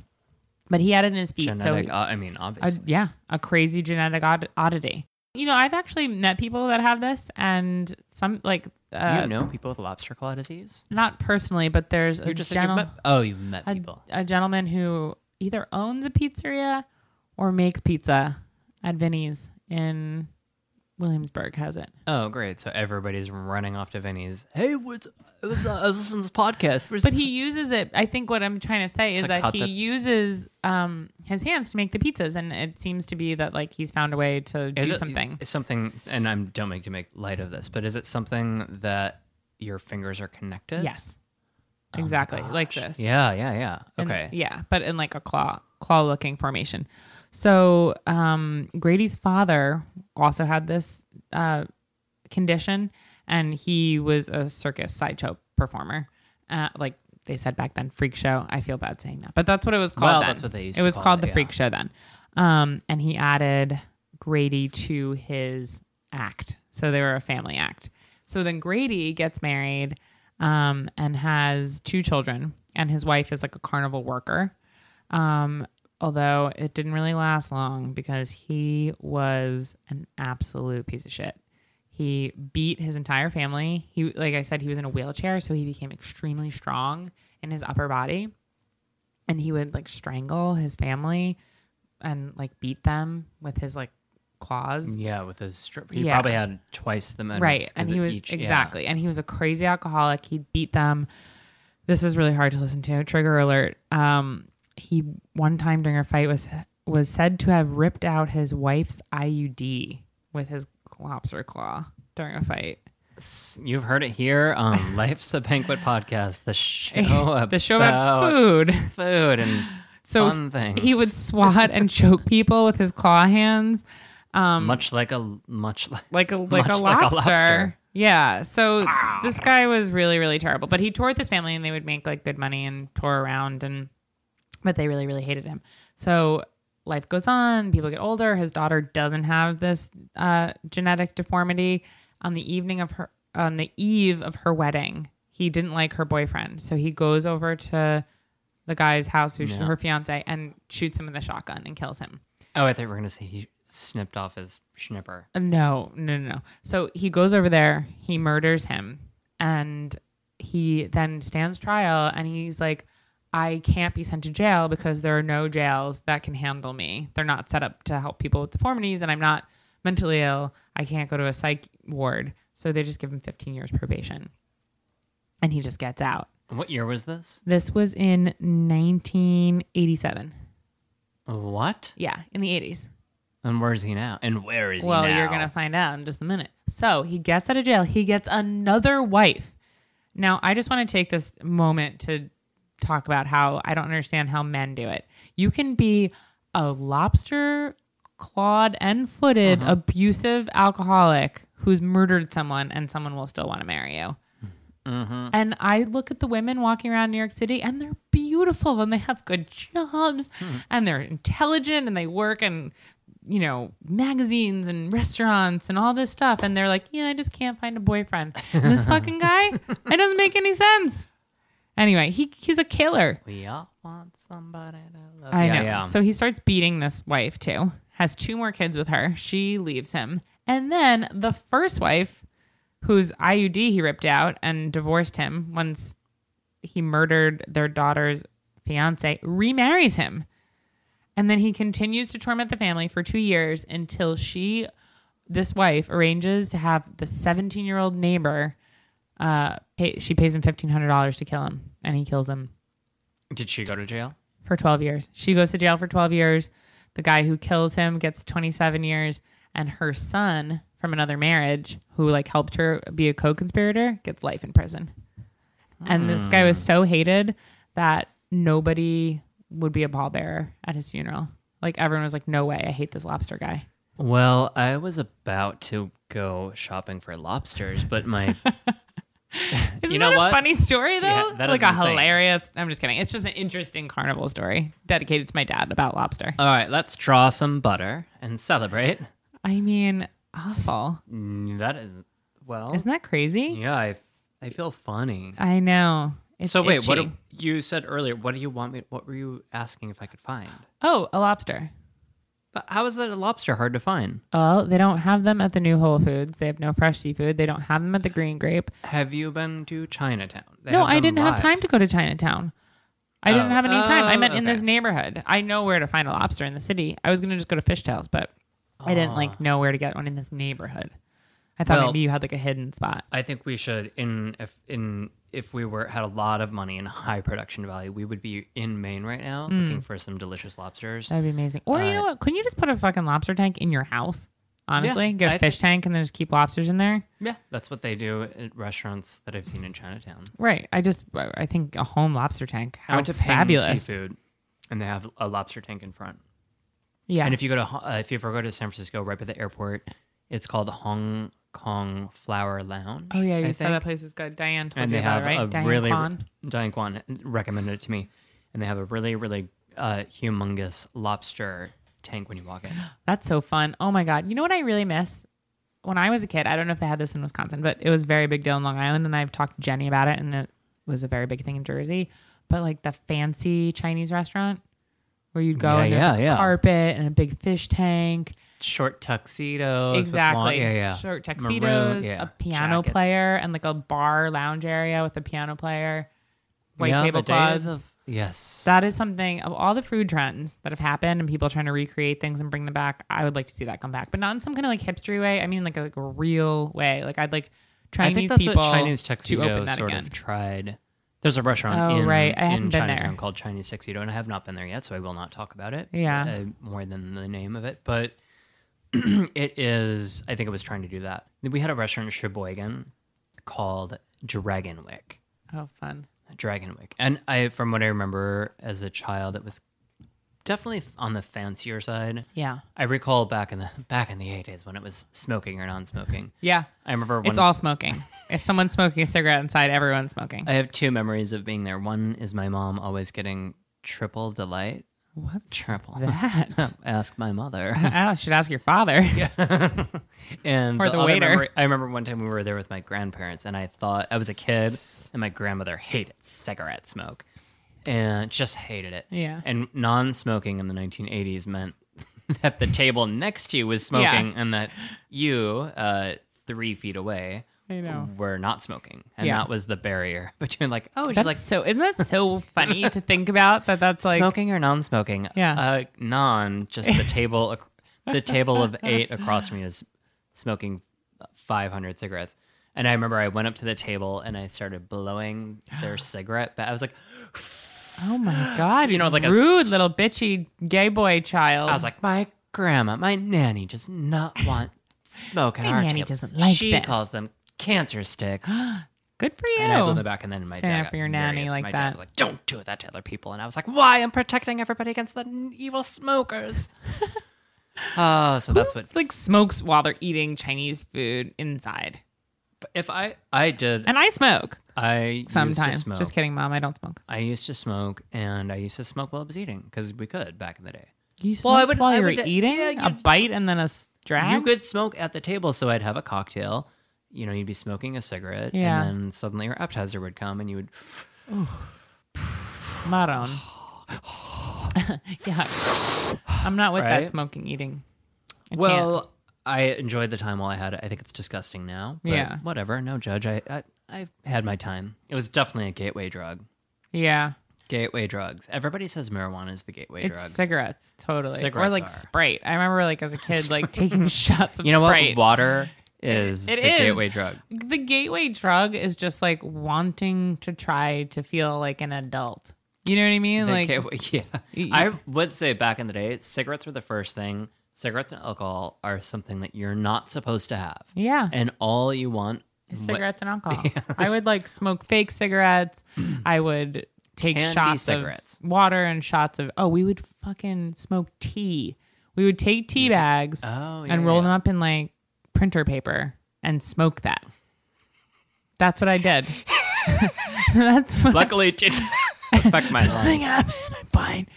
Speaker 3: But he had it in his feet,
Speaker 5: Genetic.
Speaker 3: so
Speaker 5: uh, I mean,
Speaker 3: a,
Speaker 5: obviously.
Speaker 3: yeah, a crazy genetic odd- oddity. You know, I've actually met people that have this, and some like uh,
Speaker 5: you know people with lobster claw disease.
Speaker 3: not personally, but there's a
Speaker 5: You just said
Speaker 3: gentle-
Speaker 5: you've met. Oh, you've met
Speaker 3: a,
Speaker 5: people.
Speaker 3: a gentleman who either owns a pizzeria or makes pizza at Vinny's in Williamsburg has it.
Speaker 5: Oh, great! So everybody's running off to Vinny's.
Speaker 6: Hey, what's, it was, uh, I was listening to this podcast. First,
Speaker 3: But he uses it. I think what I'm trying to say is
Speaker 5: To
Speaker 3: that
Speaker 5: cut
Speaker 3: he
Speaker 5: the-
Speaker 3: uses um, his hands to make the pizzas, and it seems to be that like he's found a way to do
Speaker 5: it
Speaker 3: something.
Speaker 5: Is something, and I'm don't make to make light of this, but is it something that your fingers are connected?
Speaker 3: Yes, exactly like this.
Speaker 5: Oh Yeah, yeah, yeah.
Speaker 3: And-
Speaker 5: Okay.
Speaker 3: yeah, but in like a claw claw looking formation. So um, Grady's father also had this uh, condition, and he was a circus sideshow performer. Uh, like they said back then, freak show. I feel bad saying that, but that's what it was called.
Speaker 5: Well,
Speaker 3: then.
Speaker 5: that's what they used
Speaker 3: It
Speaker 5: to
Speaker 3: was
Speaker 5: call
Speaker 3: called
Speaker 5: it,
Speaker 3: the
Speaker 5: yeah.
Speaker 3: freak show then. Um, and he added Grady to his act, so they were a family act. So then Grady gets married um, and has two children, and his wife is like a carnival worker. Um, although it didn't really last long because he was an absolute piece of shit. He beat his entire family. He, like I said, he was in a wheelchair, so he became extremely strong in his upper body. and he would like strangle his family and like beat them with his like claws.
Speaker 5: Yeah, with his strip, he
Speaker 3: Yeah.
Speaker 5: probably had twice the amount.
Speaker 3: right and he was exactly and he was a crazy alcoholic he beat them this is really hard to listen to trigger alert um he one time during a fight was was said to have ripped out his wife's iud with his lobster claw during a fight
Speaker 5: You've heard it here on Life's the Banquet podcast, the show
Speaker 3: the show about food
Speaker 5: food and
Speaker 3: so
Speaker 5: fun things.
Speaker 3: he would swat and choke people with his claw hands
Speaker 5: much like a much like
Speaker 3: like a like, a,
Speaker 5: Much
Speaker 3: lobster.
Speaker 5: like a lobster.
Speaker 3: Yeah. So this guy was really really terrible, but he toured with his family and they would make like good money and tour around and but they really really hated him. So life goes on, people get older, his daughter doesn't have this uh genetic deformity on the evening of her on the eve of her wedding. He didn't like her boyfriend, so he goes over to the guy's house who's her fiance and shoots him with a shotgun and kills him.
Speaker 5: Oh, I thought we were gonna say he snipped off his schnipper.
Speaker 3: No, no, no, no. So he goes over there, he murders him, and he then stands trial and he's like, I can't be sent to jail because there are no jails that can handle me. They're not set up to help people with deformities, and I'm not mentally ill. I can't go to a psych ward. So they just give him 15 years probation. And he just gets out.
Speaker 5: What year was this?
Speaker 3: This was in 1987.
Speaker 5: What?
Speaker 3: Yeah, in the 80s.
Speaker 5: And where is he now? And where is
Speaker 3: well,
Speaker 5: he now?
Speaker 3: you're gonna find out in just a minute. So he gets out of jail. He gets another wife. Now, I just want to take this moment to talk about how I don't understand how men do it. You can be a lobster clawed and footed abusive alcoholic who's murdered someone, and someone will still want to marry you. And I look at the women walking around New York City and they're beautiful and they have good jobs and they're intelligent and they work in, you know, magazines and restaurants and all this stuff. And they're like, yeah, I just can't find a boyfriend. And this fucking guy, it doesn't make any sense. Anyway, he, he's a killer.
Speaker 5: We all want somebody to love.
Speaker 3: I
Speaker 5: yeah,
Speaker 3: know.
Speaker 5: Yeah.
Speaker 3: So he starts beating this wife too, has two more kids with her. She leaves him. And then the first wife, whose IUD he ripped out and divorced him once he murdered their daughter's fiance, remarries him. And then he continues to torment the family for two years until she, this wife, arranges to have the 17 year old neighbor. Uh, pay, she pays him $1,500 to kill him, and he kills him
Speaker 5: Did she go to jail?
Speaker 3: for 12 years. She goes to jail for 12 years. The guy who kills him gets 27 years and her son from another marriage who like helped her be a co-conspirator gets life in prison. And this guy
Speaker 5: Hmm.
Speaker 3: was so hated that nobody would be a pallbearer at his funeral. Like everyone was like no way, I hate this lobster guy.
Speaker 5: Well, I was about to go shopping for lobsters, but my
Speaker 3: Isn't
Speaker 5: know
Speaker 3: that a
Speaker 5: what?
Speaker 3: funny story though?
Speaker 5: Yeah, that
Speaker 3: like
Speaker 5: is
Speaker 3: a
Speaker 5: insane.
Speaker 3: hilarious. I'm just kidding. It's just an interesting carnival story dedicated to my dad about lobster.
Speaker 5: all right, let's draw some butter and celebrate.
Speaker 3: I mean, awful.
Speaker 5: Mm, That is well.
Speaker 3: Isn't that crazy?
Speaker 5: yeah, I I feel funny.
Speaker 3: I know. It's
Speaker 5: so wait, what
Speaker 3: itchy.
Speaker 5: do- you said earlier? What do you want me? What were you asking if I could find?
Speaker 3: oh, a lobster.
Speaker 5: But How is that a lobster hard to find?
Speaker 3: Oh, they don't have them at the new Whole Foods. They have no fresh seafood. They don't have them at the Green Grape.
Speaker 5: Have you been to Chinatown? They
Speaker 3: no,
Speaker 5: have
Speaker 3: I
Speaker 5: them
Speaker 3: didn't have
Speaker 5: live.
Speaker 3: time to go to Chinatown. I didn't
Speaker 5: Oh.
Speaker 3: have any time. I
Speaker 5: Oh,
Speaker 3: meant in this
Speaker 5: okay.
Speaker 3: neighborhood. I know where to find a lobster in the city. I was going to just go to Fishtails, but I didn't like know where to get one in this neighborhood. I thought
Speaker 5: Ah. Well-
Speaker 3: maybe you had like a hidden spot.
Speaker 5: I think we should in if in if we were had a lot of money and high production value, we would be in Maine right now
Speaker 3: Hmm.
Speaker 5: looking for some delicious lobsters.
Speaker 3: That'd be amazing. Or you know what? Couldn't you just put a fucking lobster tank in your house? Honestly, get a
Speaker 5: I
Speaker 3: fish tank and then just keep lobsters in there.
Speaker 5: Yeah, that's what they do at restaurants that I've seen in Chinatown.
Speaker 3: Right. I just I think a home lobster tank. How
Speaker 5: I went to Ping
Speaker 3: fabulous.
Speaker 5: Seafood, and they have a lobster tank in front.
Speaker 3: Yeah.
Speaker 5: And if you go to Ho- uh, if you ever go to San Francisco, right by the airport, it's called Hong Kong Flower Lounge.
Speaker 3: oh yeah,
Speaker 5: I
Speaker 3: you said
Speaker 5: think.
Speaker 3: that place was good. Diane told
Speaker 5: and
Speaker 3: you
Speaker 5: they have
Speaker 3: about it, right?
Speaker 5: a
Speaker 3: Diane
Speaker 5: really
Speaker 3: Kwan.
Speaker 5: Diane Kwan recommended it to me, and they have a really really uh, humongous lobster tank when you walk in.
Speaker 3: That's so fun. Oh my god. You know what I really miss? When I was a kid, I don't know if they had this in Wisconsin, but it was a very big deal in Long Island, and I've talked to Jenny about it, and it was a very big thing in Jersey. But like the fancy Chinese restaurant where you'd go
Speaker 5: Yeah,
Speaker 3: and there's
Speaker 5: yeah,
Speaker 3: a
Speaker 5: yeah.
Speaker 3: carpet and a big fish tank.
Speaker 5: Short tuxedos, with long-
Speaker 3: exactly.
Speaker 5: yeah, yeah.
Speaker 3: Short
Speaker 5: Maroon,
Speaker 3: tuxedos,
Speaker 5: yeah,
Speaker 3: a piano
Speaker 5: jackets.
Speaker 3: player, and like a bar lounge area with a piano player, white
Speaker 5: Yeah, the days
Speaker 3: tablecloths.
Speaker 5: of Yes.
Speaker 3: That is something of all the food trends that have happened and people trying to recreate things and bring them back. I would like to see that come back, but not in some kind of like hipstery way. I mean, like a, like a real way. Like I'd like Chinese
Speaker 5: I think that's
Speaker 3: people
Speaker 5: what Chinese
Speaker 3: to
Speaker 5: tuxedo
Speaker 3: open that
Speaker 5: sort
Speaker 3: again.
Speaker 5: of tried. There's a restaurant
Speaker 3: Oh,
Speaker 5: in,
Speaker 3: right. I
Speaker 5: in
Speaker 3: haven't been
Speaker 5: Chinatown
Speaker 3: there.
Speaker 5: called Chinese Tuxedo, and I have not been there yet, so I will not talk about it.
Speaker 3: Yeah.
Speaker 5: uh, more than the name of it, but it is. I think it was trying to do that. We had a restaurant in Sheboygan called Dragonwick.
Speaker 3: oh, fun.
Speaker 5: Dragonwick, and I, from what I remember as a child, it was definitely on the fancier side.
Speaker 3: Yeah.
Speaker 5: I recall back in the back in the eighties when it was smoking or non-smoking.
Speaker 3: Yeah.
Speaker 5: I remember when
Speaker 3: It's all smoking. if someone's smoking a cigarette inside, everyone's smoking.
Speaker 5: I have two memories of being there. One is my mom always getting triple delight.
Speaker 3: What's
Speaker 5: Triple.
Speaker 3: that?
Speaker 5: Ask my mother.
Speaker 3: I should ask your father.
Speaker 5: and
Speaker 3: Or the
Speaker 5: other
Speaker 3: waiter.
Speaker 5: memory- I remember one time we were there with my grandparents, and I thought I was a kid, and my grandmother hated cigarette smoke, and just hated it.
Speaker 3: Yeah.
Speaker 5: And non-smoking in the 1980s meant that the table next to you was smoking, and that you, uh, three feet away,
Speaker 3: I know.
Speaker 5: were not smoking, and
Speaker 3: Yeah.
Speaker 5: that was the barrier between like, oh,
Speaker 3: That's
Speaker 5: like
Speaker 3: so. Isn't that so funny to think about? That that's like
Speaker 5: smoking or non-smoking?
Speaker 3: Yeah.
Speaker 5: uh, non. Just the table, ac- the table of eight across from me is smoking five hundred cigarettes. And I remember I went up to the table and I started blowing their cigarette. But I was like,
Speaker 3: Oh my god! You
Speaker 5: know, like a
Speaker 3: rude
Speaker 5: s-
Speaker 3: little bitchy gay boy child.
Speaker 5: I was like, my grandma, my nanny does not want smoke at
Speaker 3: My
Speaker 5: our
Speaker 3: nanny
Speaker 5: table.
Speaker 3: doesn't like
Speaker 5: She
Speaker 3: this."
Speaker 5: calls them cancer sticks.
Speaker 3: good for you.
Speaker 5: And I blew them back, and then my
Speaker 3: Stand
Speaker 5: dad
Speaker 3: up
Speaker 5: got
Speaker 3: for your
Speaker 5: very
Speaker 3: nanny
Speaker 5: upset.
Speaker 3: like
Speaker 5: my
Speaker 3: that.
Speaker 5: Dad was like, "Don't do that to other people," and I was like, "Why? I'm protecting everybody against the n- evil smokers." uh, so that's what.
Speaker 3: like smokes while they're eating Chinese food inside.
Speaker 5: If I I did,
Speaker 3: And I smoke
Speaker 5: I used
Speaker 3: sometimes.
Speaker 5: to smoke.
Speaker 3: Just kidding, mom. I don't smoke.
Speaker 5: I used to smoke, and I used to smoke while I was eating because we could back in the day.
Speaker 3: You
Speaker 5: Well,
Speaker 3: smoke
Speaker 5: I would-
Speaker 3: while
Speaker 5: I
Speaker 3: you're
Speaker 5: would-
Speaker 3: eating
Speaker 5: yeah,
Speaker 3: a
Speaker 5: you-
Speaker 3: bite and then a s- drag.
Speaker 5: You could smoke at the table, so I'd have a cocktail. You know, you'd be smoking a cigarette,
Speaker 3: Yeah.
Speaker 5: and then suddenly your appetizer would come, and you would.
Speaker 3: Maron. yeah, I'm not with
Speaker 5: Right?
Speaker 3: that smoking eating. I
Speaker 5: well, I enjoyed the time while I had it. I think it's disgusting now. But
Speaker 3: Yeah.
Speaker 5: Whatever. No judge. I, I I've had my time. It was definitely a gateway drug.
Speaker 3: can't. yeah,
Speaker 5: Gateway drugs. Everybody says marijuana is the gateway
Speaker 3: it's
Speaker 5: drug.
Speaker 3: cigarettes totally, or
Speaker 5: Cigarettes
Speaker 3: like
Speaker 5: are.
Speaker 3: Sprite. I remember like as a kid, like taking shots of
Speaker 5: you know
Speaker 3: Sprite.
Speaker 5: what? Water is
Speaker 3: It
Speaker 5: the
Speaker 3: is.
Speaker 5: gateway drug.
Speaker 3: The gateway drug is just like wanting to try to feel like an adult. You know what I mean?
Speaker 5: The
Speaker 3: like
Speaker 5: gateway- yeah. I would say back in the day, cigarettes were the first thing. Cigarettes and alcohol are something that you're not supposed to have.
Speaker 3: Yeah.
Speaker 5: And all you want
Speaker 3: It's cigarettes and alcohol. I would like smoke fake cigarettes. I would take
Speaker 5: Candy
Speaker 3: shots
Speaker 5: cigarettes.
Speaker 3: of water and shots of oh, we would fucking smoke tea. We would take tea bags
Speaker 5: Oh, yeah,
Speaker 3: and roll
Speaker 5: yeah.
Speaker 3: them up in like printer paper and smoke that. That's what I did. That's what
Speaker 5: Luckily, it didn't affect my lungs.
Speaker 3: I'm fine.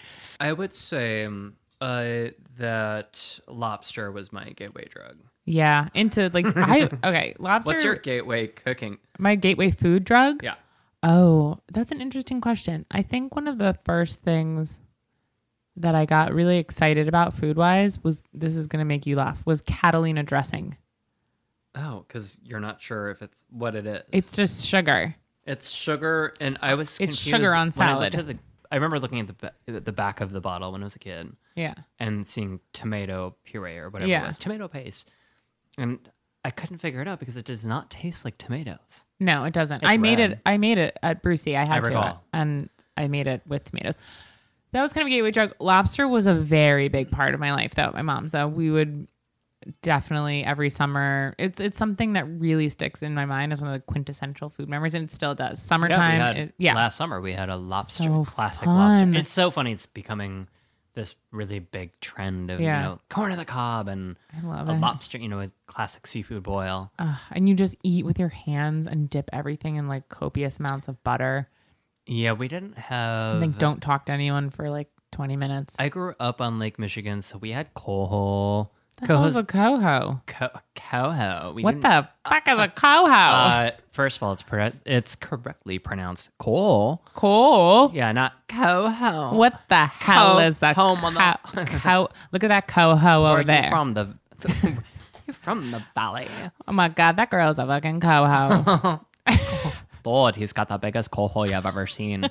Speaker 5: I would say um, uh, that lobster was my gateway drug.
Speaker 3: Yeah, into like I okay, lobster
Speaker 5: What's your gateway cooking?
Speaker 3: my gateway food drug?
Speaker 5: Yeah.
Speaker 3: Oh, that's an interesting question. I think one of the first things that I got really excited about food wise was this is going to make you laugh was Catalina dressing.
Speaker 5: Oh, because you're not sure if it's what it is.
Speaker 3: It's just sugar.
Speaker 5: It's sugar, and I was
Speaker 3: It's
Speaker 5: confused
Speaker 3: sugar on
Speaker 5: when I, looked
Speaker 3: salad.
Speaker 5: at the, I remember looking at the ba- at the back of the bottle when I was a kid
Speaker 3: Yeah.
Speaker 5: and seeing tomato puree or whatever
Speaker 3: Yeah.
Speaker 5: it was, tomato paste, and I couldn't figure it out because it does not taste like tomatoes.
Speaker 3: No, it doesn't. I made
Speaker 5: red.
Speaker 3: it. I made it at Brucey. I had to,
Speaker 5: recall.
Speaker 3: and I made it with tomatoes. That was kind of a gateway drug. Lobster was a very big part of my life, though. at My mom's, though, we would definitely every summer. It's it's something that really sticks in my mind as one of the quintessential food memories, and it still does. Summertime,
Speaker 5: Yeah, we had,
Speaker 3: it- yeah.
Speaker 5: Last summer we had a lobster,
Speaker 3: So
Speaker 5: classic
Speaker 3: fun.
Speaker 5: lobster. It's so funny. It's becoming this really big trend of
Speaker 3: Yeah.
Speaker 5: you know corn of the cob and
Speaker 3: love
Speaker 5: a
Speaker 3: it. Uh,
Speaker 5: lobster. You know, a classic seafood boil.
Speaker 3: Ugh, and you just eat with your hands and dip everything in like copious amounts of butter.
Speaker 5: Yeah, we didn't have.
Speaker 3: And then don't talk to anyone for like 20 minutes.
Speaker 5: I grew up on Lake Michigan, so we had coho.
Speaker 3: What
Speaker 5: Coho's
Speaker 3: was a coho?
Speaker 5: co- coho. We
Speaker 3: What
Speaker 5: didn't-
Speaker 3: the fuck is a coho?
Speaker 5: Uh, first of all, it's pro- it's correctly pronounced coal.
Speaker 3: cool.
Speaker 5: Yeah, not coho.
Speaker 3: What the hell is that?
Speaker 5: home on the-
Speaker 3: cow, look at that coho
Speaker 5: Where
Speaker 3: over
Speaker 5: are
Speaker 3: there.
Speaker 5: you from the? you're from the valley.
Speaker 3: Oh my god, that girl's a fucking coho.
Speaker 5: Lord, he's got the biggest coho you've ever seen.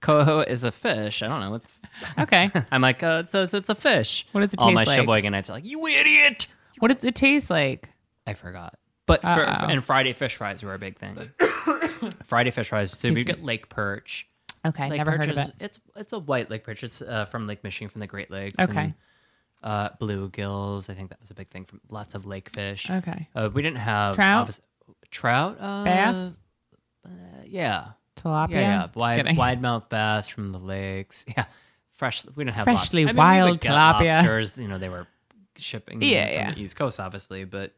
Speaker 5: coho is a fish. I don't know. It's
Speaker 3: Okay.
Speaker 5: I'm like, uh, so it's, it's a fish.
Speaker 3: What does it
Speaker 5: All
Speaker 3: taste
Speaker 5: my
Speaker 3: like?
Speaker 5: sheboygunites are like, you idiot.
Speaker 3: what does it taste like?
Speaker 5: I forgot. But for,
Speaker 3: Uh-oh.
Speaker 5: and Friday fish fries were a big thing. Friday fish fries. So we get lake perch.
Speaker 3: Okay,
Speaker 5: Lake
Speaker 3: never
Speaker 5: perch
Speaker 3: heard of
Speaker 5: is,
Speaker 3: it.
Speaker 5: It's it's a white lake perch. It's uh, from Lake Michigan, from the Great Lakes.
Speaker 3: Okay.
Speaker 5: and, uh, bluegills. I think that was a big thing from lots of lake fish.
Speaker 3: Okay.
Speaker 5: Uh, we didn't have
Speaker 3: Trout?
Speaker 5: obvious- trout, uh,
Speaker 3: Bass?
Speaker 5: Yeah.
Speaker 3: Tilapia?
Speaker 5: Yeah, yeah.
Speaker 3: Just
Speaker 5: Wide,
Speaker 3: kidding.
Speaker 5: wide mouth bass from the lakes. Yeah. Fresh. We didn't have
Speaker 3: Freshly
Speaker 5: lobster. I mean, we
Speaker 3: wild
Speaker 5: would get
Speaker 3: tilapia.
Speaker 5: Lobsters, you know, they were shipping them
Speaker 3: Yeah,
Speaker 5: from
Speaker 3: yeah.
Speaker 5: the East Coast, obviously, but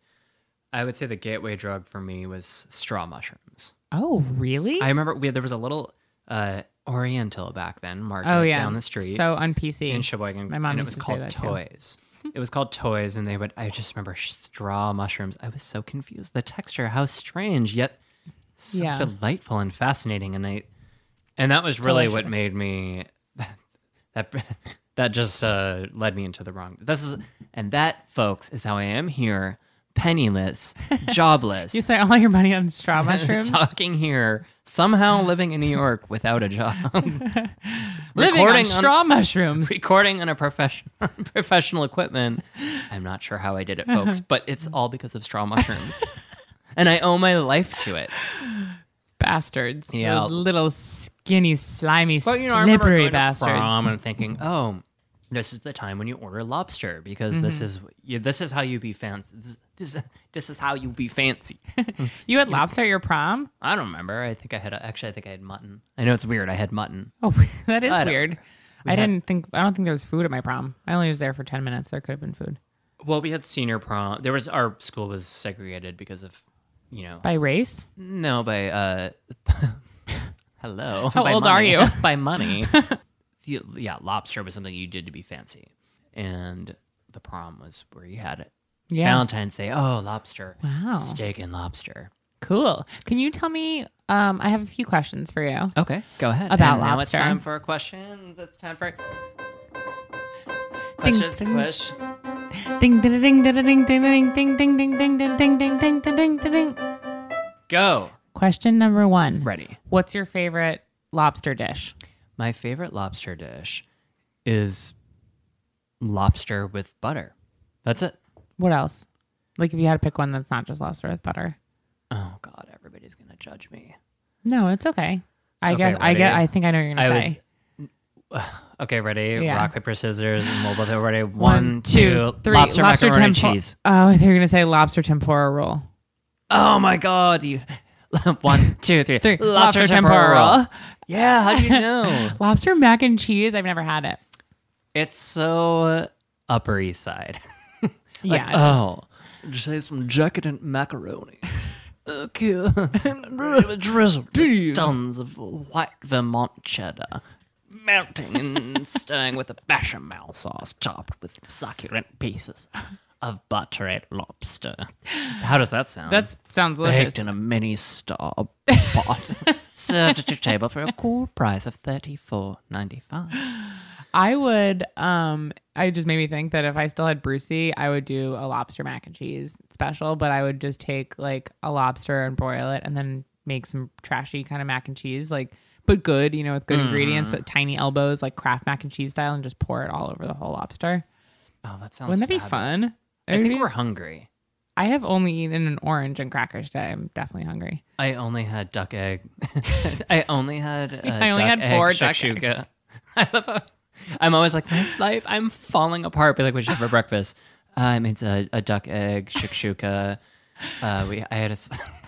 Speaker 5: I would say the gateway drug for me was straw mushrooms.
Speaker 3: Oh, really?
Speaker 5: I remember we there was a little uh, Oriental back then market
Speaker 3: oh, yeah.
Speaker 5: down the street
Speaker 3: So on PC.
Speaker 5: in Sheboygan,
Speaker 3: My mom
Speaker 5: and it was
Speaker 3: used to say
Speaker 5: called
Speaker 3: that, too.
Speaker 5: Toys. it was called Toys, and they would. I just remember straw mushrooms. I was so confused. The texture, how strange, yet so
Speaker 3: Yeah.
Speaker 5: delightful and fascinating. And I, and that was really what
Speaker 3: Delicious.
Speaker 5: made me. That that just uh, led me into the wrong. This is and that, folks, is how I am here, penniless, jobless.
Speaker 3: you spent all your money on straw mushrooms?
Speaker 5: Talking here, somehow living in New York without a job,
Speaker 3: Living on straw mushrooms.
Speaker 5: recording on a profession, professional equipment. I'm not sure how I did it, folks, but it's all because of straw mushrooms. and I owe my life to it.
Speaker 3: bastards.
Speaker 5: Yeah.
Speaker 3: Those little skinny, slimy,
Speaker 5: But you know, I remember
Speaker 3: slippery
Speaker 5: going
Speaker 3: bastards.
Speaker 5: to prom and thinking, "Oh, this is the time when you order lobster because
Speaker 3: Mm-hmm.
Speaker 5: this is you, this is how you be fancy. This, this, this is how you be fancy."
Speaker 3: You had lobster at your prom?
Speaker 5: I don't remember. I think I had actually. I think I had mutton. I know it's weird. I had mutton.
Speaker 3: Oh, that is
Speaker 5: I don't-
Speaker 3: weird. I didn't think. I don't think there was food at my prom. I only was there for ten minutes. There could have been food
Speaker 5: Well, we had senior prom. There was our school was segregated because of you know
Speaker 3: by race.
Speaker 5: No, by uh, hello.
Speaker 3: How
Speaker 5: by
Speaker 3: old are
Speaker 5: money.
Speaker 3: you?
Speaker 5: by money. You- yeah, lobster was something you did to be fancy, and the prom was where you had it.
Speaker 3: Yeah,
Speaker 5: Valentine's Day. Oh, lobster.
Speaker 3: Wow.
Speaker 5: Steak and lobster.
Speaker 3: cool. Can you tell me? Um, I have a few questions for you.
Speaker 5: Okay, go ahead.
Speaker 3: About
Speaker 5: And Now it's
Speaker 3: lobster.
Speaker 5: time for questions. It's time for questions.
Speaker 3: ding.
Speaker 5: Question.
Speaker 3: Ding ding ding ding ding ding ding ding ding ding ding ding ding ding ding ding ding ding ding.
Speaker 5: Go.
Speaker 3: Question number one.
Speaker 5: Ready.
Speaker 3: What's your favorite lobster dish?
Speaker 5: My favorite lobster dish is lobster with butter. That's it.
Speaker 3: What else? Like if you had to pick one that's not just lobster with butter.
Speaker 5: Oh God, everybody's gonna judge me.
Speaker 3: No, it's okay. I
Speaker 5: Okay,
Speaker 3: guess I
Speaker 5: ready?
Speaker 3: get. I think I know what you're gonna
Speaker 5: I
Speaker 3: say.
Speaker 5: was okay. Ready?
Speaker 3: Yeah.
Speaker 5: Rock paper scissors. And we'll both be ready.
Speaker 3: One, two, three.
Speaker 5: Lobster, macaroni and
Speaker 3: tempo-
Speaker 5: cheese.
Speaker 3: Oh, they're gonna say lobster tempura roll.
Speaker 5: Oh my god! You. One, two, three.
Speaker 3: Three. Lobster tempura roll.
Speaker 5: Yeah. How do you know?
Speaker 3: Lobster mac and cheese. I've never had it.
Speaker 5: it's so Upper East Side.
Speaker 3: yeah. it's-
Speaker 5: Oh,
Speaker 6: Just say some decadent macaroni. Okay. a drizzle.
Speaker 5: tons of white Vermont cheddar. Melting and stirring with a bechamel sauce topped with succulent pieces of buttered lobster. How does that sound?
Speaker 3: that sounds delicious.
Speaker 5: baked in a mini star pot, served at your table for uh, a cool price of thirty four ninety five.
Speaker 3: I would. Um, I just made me think that if I still had Brucey, I would do a lobster mac and cheese special. But I would just take like a lobster and broil it, and then make some trashy kind of mac and cheese, like but good, you know, with good
Speaker 5: Mm-hmm.
Speaker 3: ingredients, but tiny elbows, like Kraft mac and cheese style, and just pour it all over the whole lobster.
Speaker 5: Oh, that sounds.
Speaker 3: Wouldn't that be
Speaker 5: fabulous.
Speaker 3: fun?
Speaker 5: I
Speaker 3: It
Speaker 5: think
Speaker 3: would be
Speaker 5: we're
Speaker 3: s-
Speaker 5: hungry.
Speaker 3: I have only eaten an orange and crackers today. I'm definitely hungry.
Speaker 5: I only had duck egg. I only had. Uh,
Speaker 3: I only
Speaker 5: duck
Speaker 3: had
Speaker 5: egg
Speaker 3: four duck egg.
Speaker 5: shakshuka. I love how, I'm always like my life. I'm falling apart. Be like, what should you have for breakfast? Uh, I made a, a duck egg shakshuka. Uh, we I had a. s-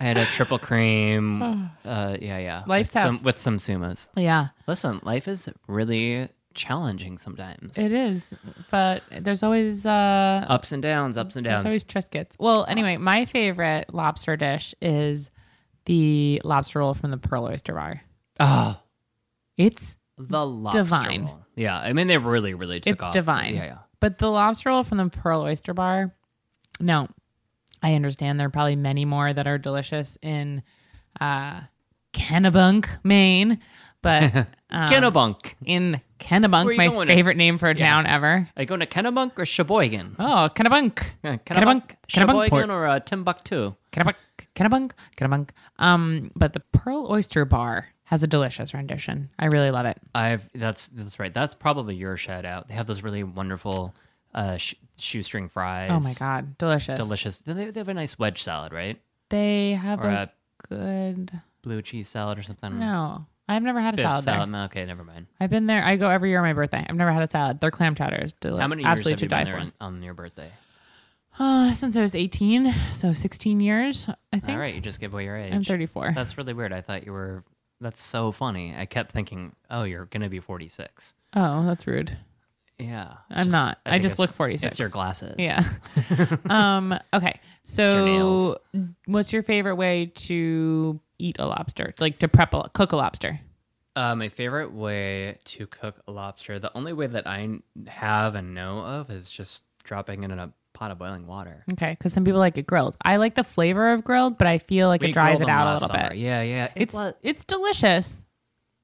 Speaker 5: I had a triple cream. Uh, yeah, yeah.
Speaker 3: Life's
Speaker 5: with
Speaker 3: tough.
Speaker 5: some, with some sumas.
Speaker 3: Yeah,
Speaker 5: Listen, life is really challenging sometimes.
Speaker 3: it is. But there's always uh,
Speaker 5: ups and downs, ups and
Speaker 3: There's
Speaker 5: downs.
Speaker 3: always Triscuits. Well, anyway, my favorite lobster dish is the lobster roll from the Pearl Oyster Bar.
Speaker 5: oh,
Speaker 3: It's
Speaker 5: the lobster
Speaker 3: Divine.
Speaker 5: roll. Yeah, I mean they really, really took
Speaker 3: it's
Speaker 5: off.
Speaker 3: divine.
Speaker 5: Yeah, yeah.
Speaker 3: But the lobster roll from the Pearl Oyster Bar, no, I understand there are probably many more that are delicious in uh, Kennebunk, Maine, but um,
Speaker 5: Kennebunk.
Speaker 3: in
Speaker 5: Where
Speaker 3: Kennebunk,
Speaker 5: you
Speaker 3: my
Speaker 5: going to-
Speaker 3: favorite name for a town ever.
Speaker 5: Are you going to Kennebunk or Sheboygan?
Speaker 3: Oh, Kennebunk,
Speaker 5: Yeah,
Speaker 3: Kennebunk, Kennebunk, Port-
Speaker 5: Sheboygan, or uh, Timbuktu?
Speaker 3: Kennebunk, Kennebunk, Kennebunk. Um, but the Pearl Oyster Bar has a delicious rendition. I really love it.
Speaker 5: I've that's that's right. That's probably your shout out. They have those really wonderful uh, sh- shoestring fries.
Speaker 3: Oh my god, delicious!
Speaker 5: delicious! They, they have a nice wedge salad, right?
Speaker 3: They have
Speaker 5: Or
Speaker 3: a good.
Speaker 5: Blue cheese salad or something.
Speaker 3: No, I've never had a
Speaker 5: Bib
Speaker 3: salad, there.
Speaker 5: salad. Okay, never mind.
Speaker 3: I've been there. I go every year on my birthday. I've never had a salad. Their clam chowder is deli-
Speaker 5: How many years have
Speaker 3: absolutely
Speaker 5: you
Speaker 3: to die
Speaker 5: been there
Speaker 3: for.
Speaker 5: on, on your birthday?
Speaker 3: Uh, since I was 18, so 16 years, I think.
Speaker 5: All right, you just gave away your age.
Speaker 3: I'm 34.
Speaker 5: That's really weird. I thought you were. That's so funny. I kept thinking, oh, you're gonna be 46.
Speaker 3: Oh, that's rude.
Speaker 5: Yeah, it's
Speaker 3: I'm not. I
Speaker 5: think
Speaker 3: just
Speaker 5: it's-
Speaker 3: look 46.
Speaker 5: It's your glasses.
Speaker 3: Yeah. um. Okay.
Speaker 5: nails.
Speaker 3: So, what's your favorite way to eat a lobster? Like to prep a cook a lobster?
Speaker 5: Uh, my favorite way to cook a lobster, the only way that I n- have and know of, is just dropping it in a pot of boiling water.
Speaker 3: Okay, because some people like it grilled. I like the flavor of grilled, but I feel like
Speaker 5: We
Speaker 3: it dries
Speaker 5: grilled
Speaker 3: it
Speaker 5: them
Speaker 3: out a
Speaker 5: last
Speaker 3: little
Speaker 5: summer.
Speaker 3: bit.
Speaker 5: Yeah, yeah. It's
Speaker 3: It's it's delicious.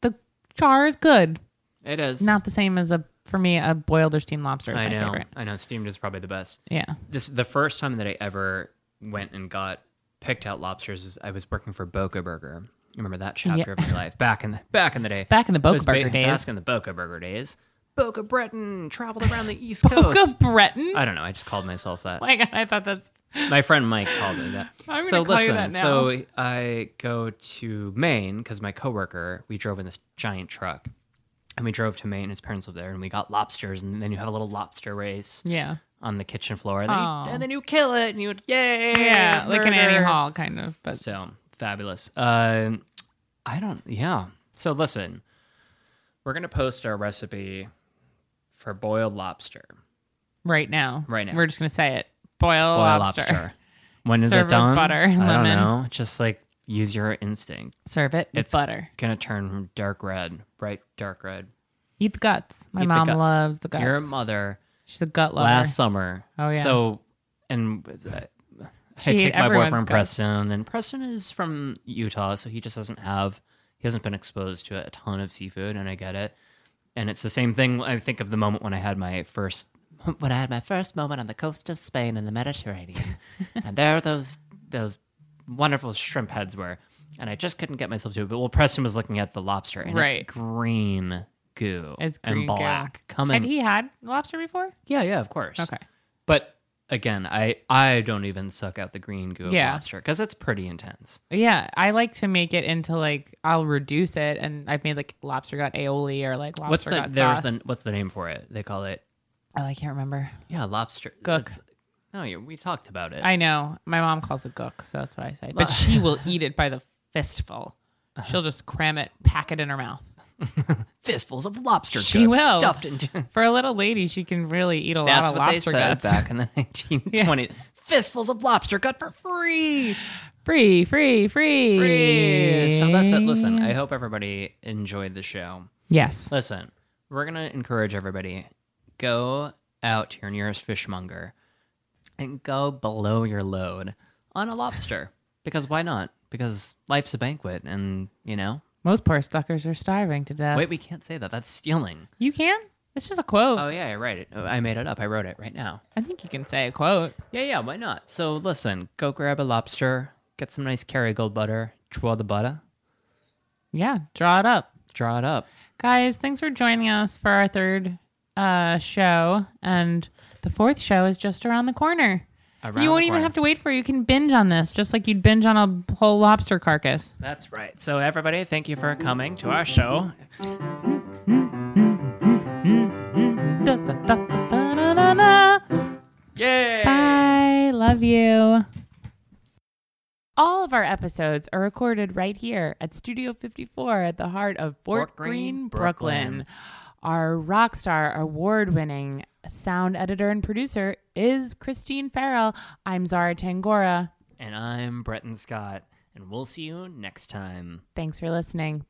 Speaker 3: The char is good.
Speaker 5: it is
Speaker 3: Not the same as a for me a boiled or steamed lobster is
Speaker 5: I
Speaker 3: my
Speaker 5: know.
Speaker 3: favorite.
Speaker 5: I know. Steamed is probably the best.
Speaker 3: Yeah.
Speaker 5: This the first time that I ever went and got picked out lobsters. Is I was working for Boca Burger. I remember that chapter of my life back in the back in the day.
Speaker 3: Back in the
Speaker 5: It
Speaker 3: Boca
Speaker 5: was ba-
Speaker 3: Burger days.
Speaker 5: Back in the Boca Burger days. Boca Breton traveled around the East Coast.
Speaker 3: Boca Breton. Oh
Speaker 5: I don't know. I just called myself that.
Speaker 3: my God, I thought that's
Speaker 5: My friend Mike called it that.
Speaker 3: I'm gonna
Speaker 5: so
Speaker 3: call you
Speaker 5: listen,
Speaker 3: that now.
Speaker 5: so I go to Maine because my coworker, we drove in this giant truck, and we drove to Maine. His parents live there, and we got lobsters, and then you have a little lobster race
Speaker 3: yeah,
Speaker 5: on the kitchen floor, and then,
Speaker 3: Aw.
Speaker 5: you, and then you kill it, and you would yay,
Speaker 3: yeah, like an Annie
Speaker 5: murder.
Speaker 3: Hall kind of. But
Speaker 5: So fabulous. Uh, I don't. Yeah. So listen, we're gonna post our recipe for boiled lobster.
Speaker 3: right now,
Speaker 5: Right now.
Speaker 3: we're just gonna say it: boil,
Speaker 5: Boiled
Speaker 3: lobster.
Speaker 5: When is
Speaker 3: Serve
Speaker 5: it
Speaker 3: with
Speaker 5: done?
Speaker 3: butter and
Speaker 5: I
Speaker 3: lemon.
Speaker 5: don't know. Just like use your instinct.
Speaker 3: Serve it with
Speaker 5: It's-
Speaker 3: butter.
Speaker 5: Gonna turn from dark red, bright dark red.
Speaker 3: Eat the guts. My
Speaker 5: Eat the
Speaker 3: mom
Speaker 5: guts.
Speaker 3: loves the guts.
Speaker 5: Your mother
Speaker 3: She's a gut lover.
Speaker 5: last summer.
Speaker 3: Oh, yeah.
Speaker 5: So and. uh, I
Speaker 3: She ate
Speaker 5: take my
Speaker 3: everyone's
Speaker 5: boyfriend
Speaker 3: guts.
Speaker 5: Preston, and Preston is from Utah, so he just doesn't have, he hasn't been exposed to a ton of seafood, and I get it. And it's the same thing. I think of the moment when I had my first, when I had my first moment on the coast of Spain in the Mediterranean, and there those those wonderful shrimp heads were, and I just couldn't get myself to it. But well, Preston was looking at the lobster, and
Speaker 3: Right.
Speaker 5: it's green goo
Speaker 3: It's
Speaker 5: and
Speaker 3: green goo.
Speaker 5: black coming.
Speaker 3: Had he had lobster before?
Speaker 5: Yeah, yeah, of course.
Speaker 3: Okay.
Speaker 5: But again, I I don't even suck out the green goo of
Speaker 3: Yeah.
Speaker 5: lobster because it's pretty intense.
Speaker 3: Yeah, I like to make it into like I'll reduce it, and I've made like lobster gut aioli or like lobster
Speaker 5: what's the
Speaker 3: gut
Speaker 5: there's
Speaker 3: sauce.
Speaker 5: the what's the name for it? They call it
Speaker 3: oh, I can't remember.
Speaker 5: yeah lobster
Speaker 3: Gook.
Speaker 5: it's- No, you, we talked about it.
Speaker 3: I know my mom calls it gook, so that's what I say. But she will eat it by the fistful.
Speaker 5: Uh-huh.
Speaker 3: She'll just cram it, pack it in her mouth.
Speaker 5: Fistfuls of lobster
Speaker 3: She
Speaker 5: guts
Speaker 3: will.
Speaker 5: stuffed into.
Speaker 3: For a little lady, she can really eat a
Speaker 5: That's
Speaker 3: lot of
Speaker 5: what they
Speaker 3: lobster
Speaker 5: said
Speaker 3: guts.
Speaker 5: back in the 1920s. Fistfuls of lobster gut for free.
Speaker 3: Free, free, free,
Speaker 5: Free. So that's it. Listen, I hope everybody enjoyed the show.
Speaker 3: Yes.
Speaker 5: Listen, we're going to encourage everybody go out to your nearest fishmonger and go below your load on a lobster because why not? Because life's a banquet and, you know,
Speaker 3: Most poor suckers are starving to death.
Speaker 5: wait, we can't say that. That's stealing.
Speaker 3: You can? It's just a quote.
Speaker 5: Oh, yeah, I write it. I made it up. I wrote it right now.
Speaker 3: I think you can say a quote.
Speaker 5: Yeah, yeah, why not? So listen, go grab a lobster, get some nice Kerrygold butter, draw the butter,
Speaker 3: Yeah, draw it up.
Speaker 5: draw it up.
Speaker 3: Guys, thanks for joining us for our third uh, show. And the fourth show is just around the corner.
Speaker 5: Around
Speaker 3: you
Speaker 5: the
Speaker 3: won't even
Speaker 5: corner.
Speaker 3: have to wait for it. You can binge on this, just like you'd binge on a whole lobster carcass.
Speaker 5: That's right. So everybody, thank you for coming to our show.
Speaker 3: Da, da, da, da, da, da, da, da.
Speaker 5: Yay!
Speaker 3: Bye. Love you. All of our episodes are recorded right here at Studio 54 at the heart of Fort,
Speaker 5: Fort
Speaker 3: Greene,
Speaker 5: Greene,
Speaker 3: Brooklyn.
Speaker 5: Brooklyn.
Speaker 3: Our rock star, award winning sound editor and producer is Christine Farrell. I'm Zara Tangora.
Speaker 5: And I'm Breton Scott, and we'll see you next time.
Speaker 3: Thanks for listening.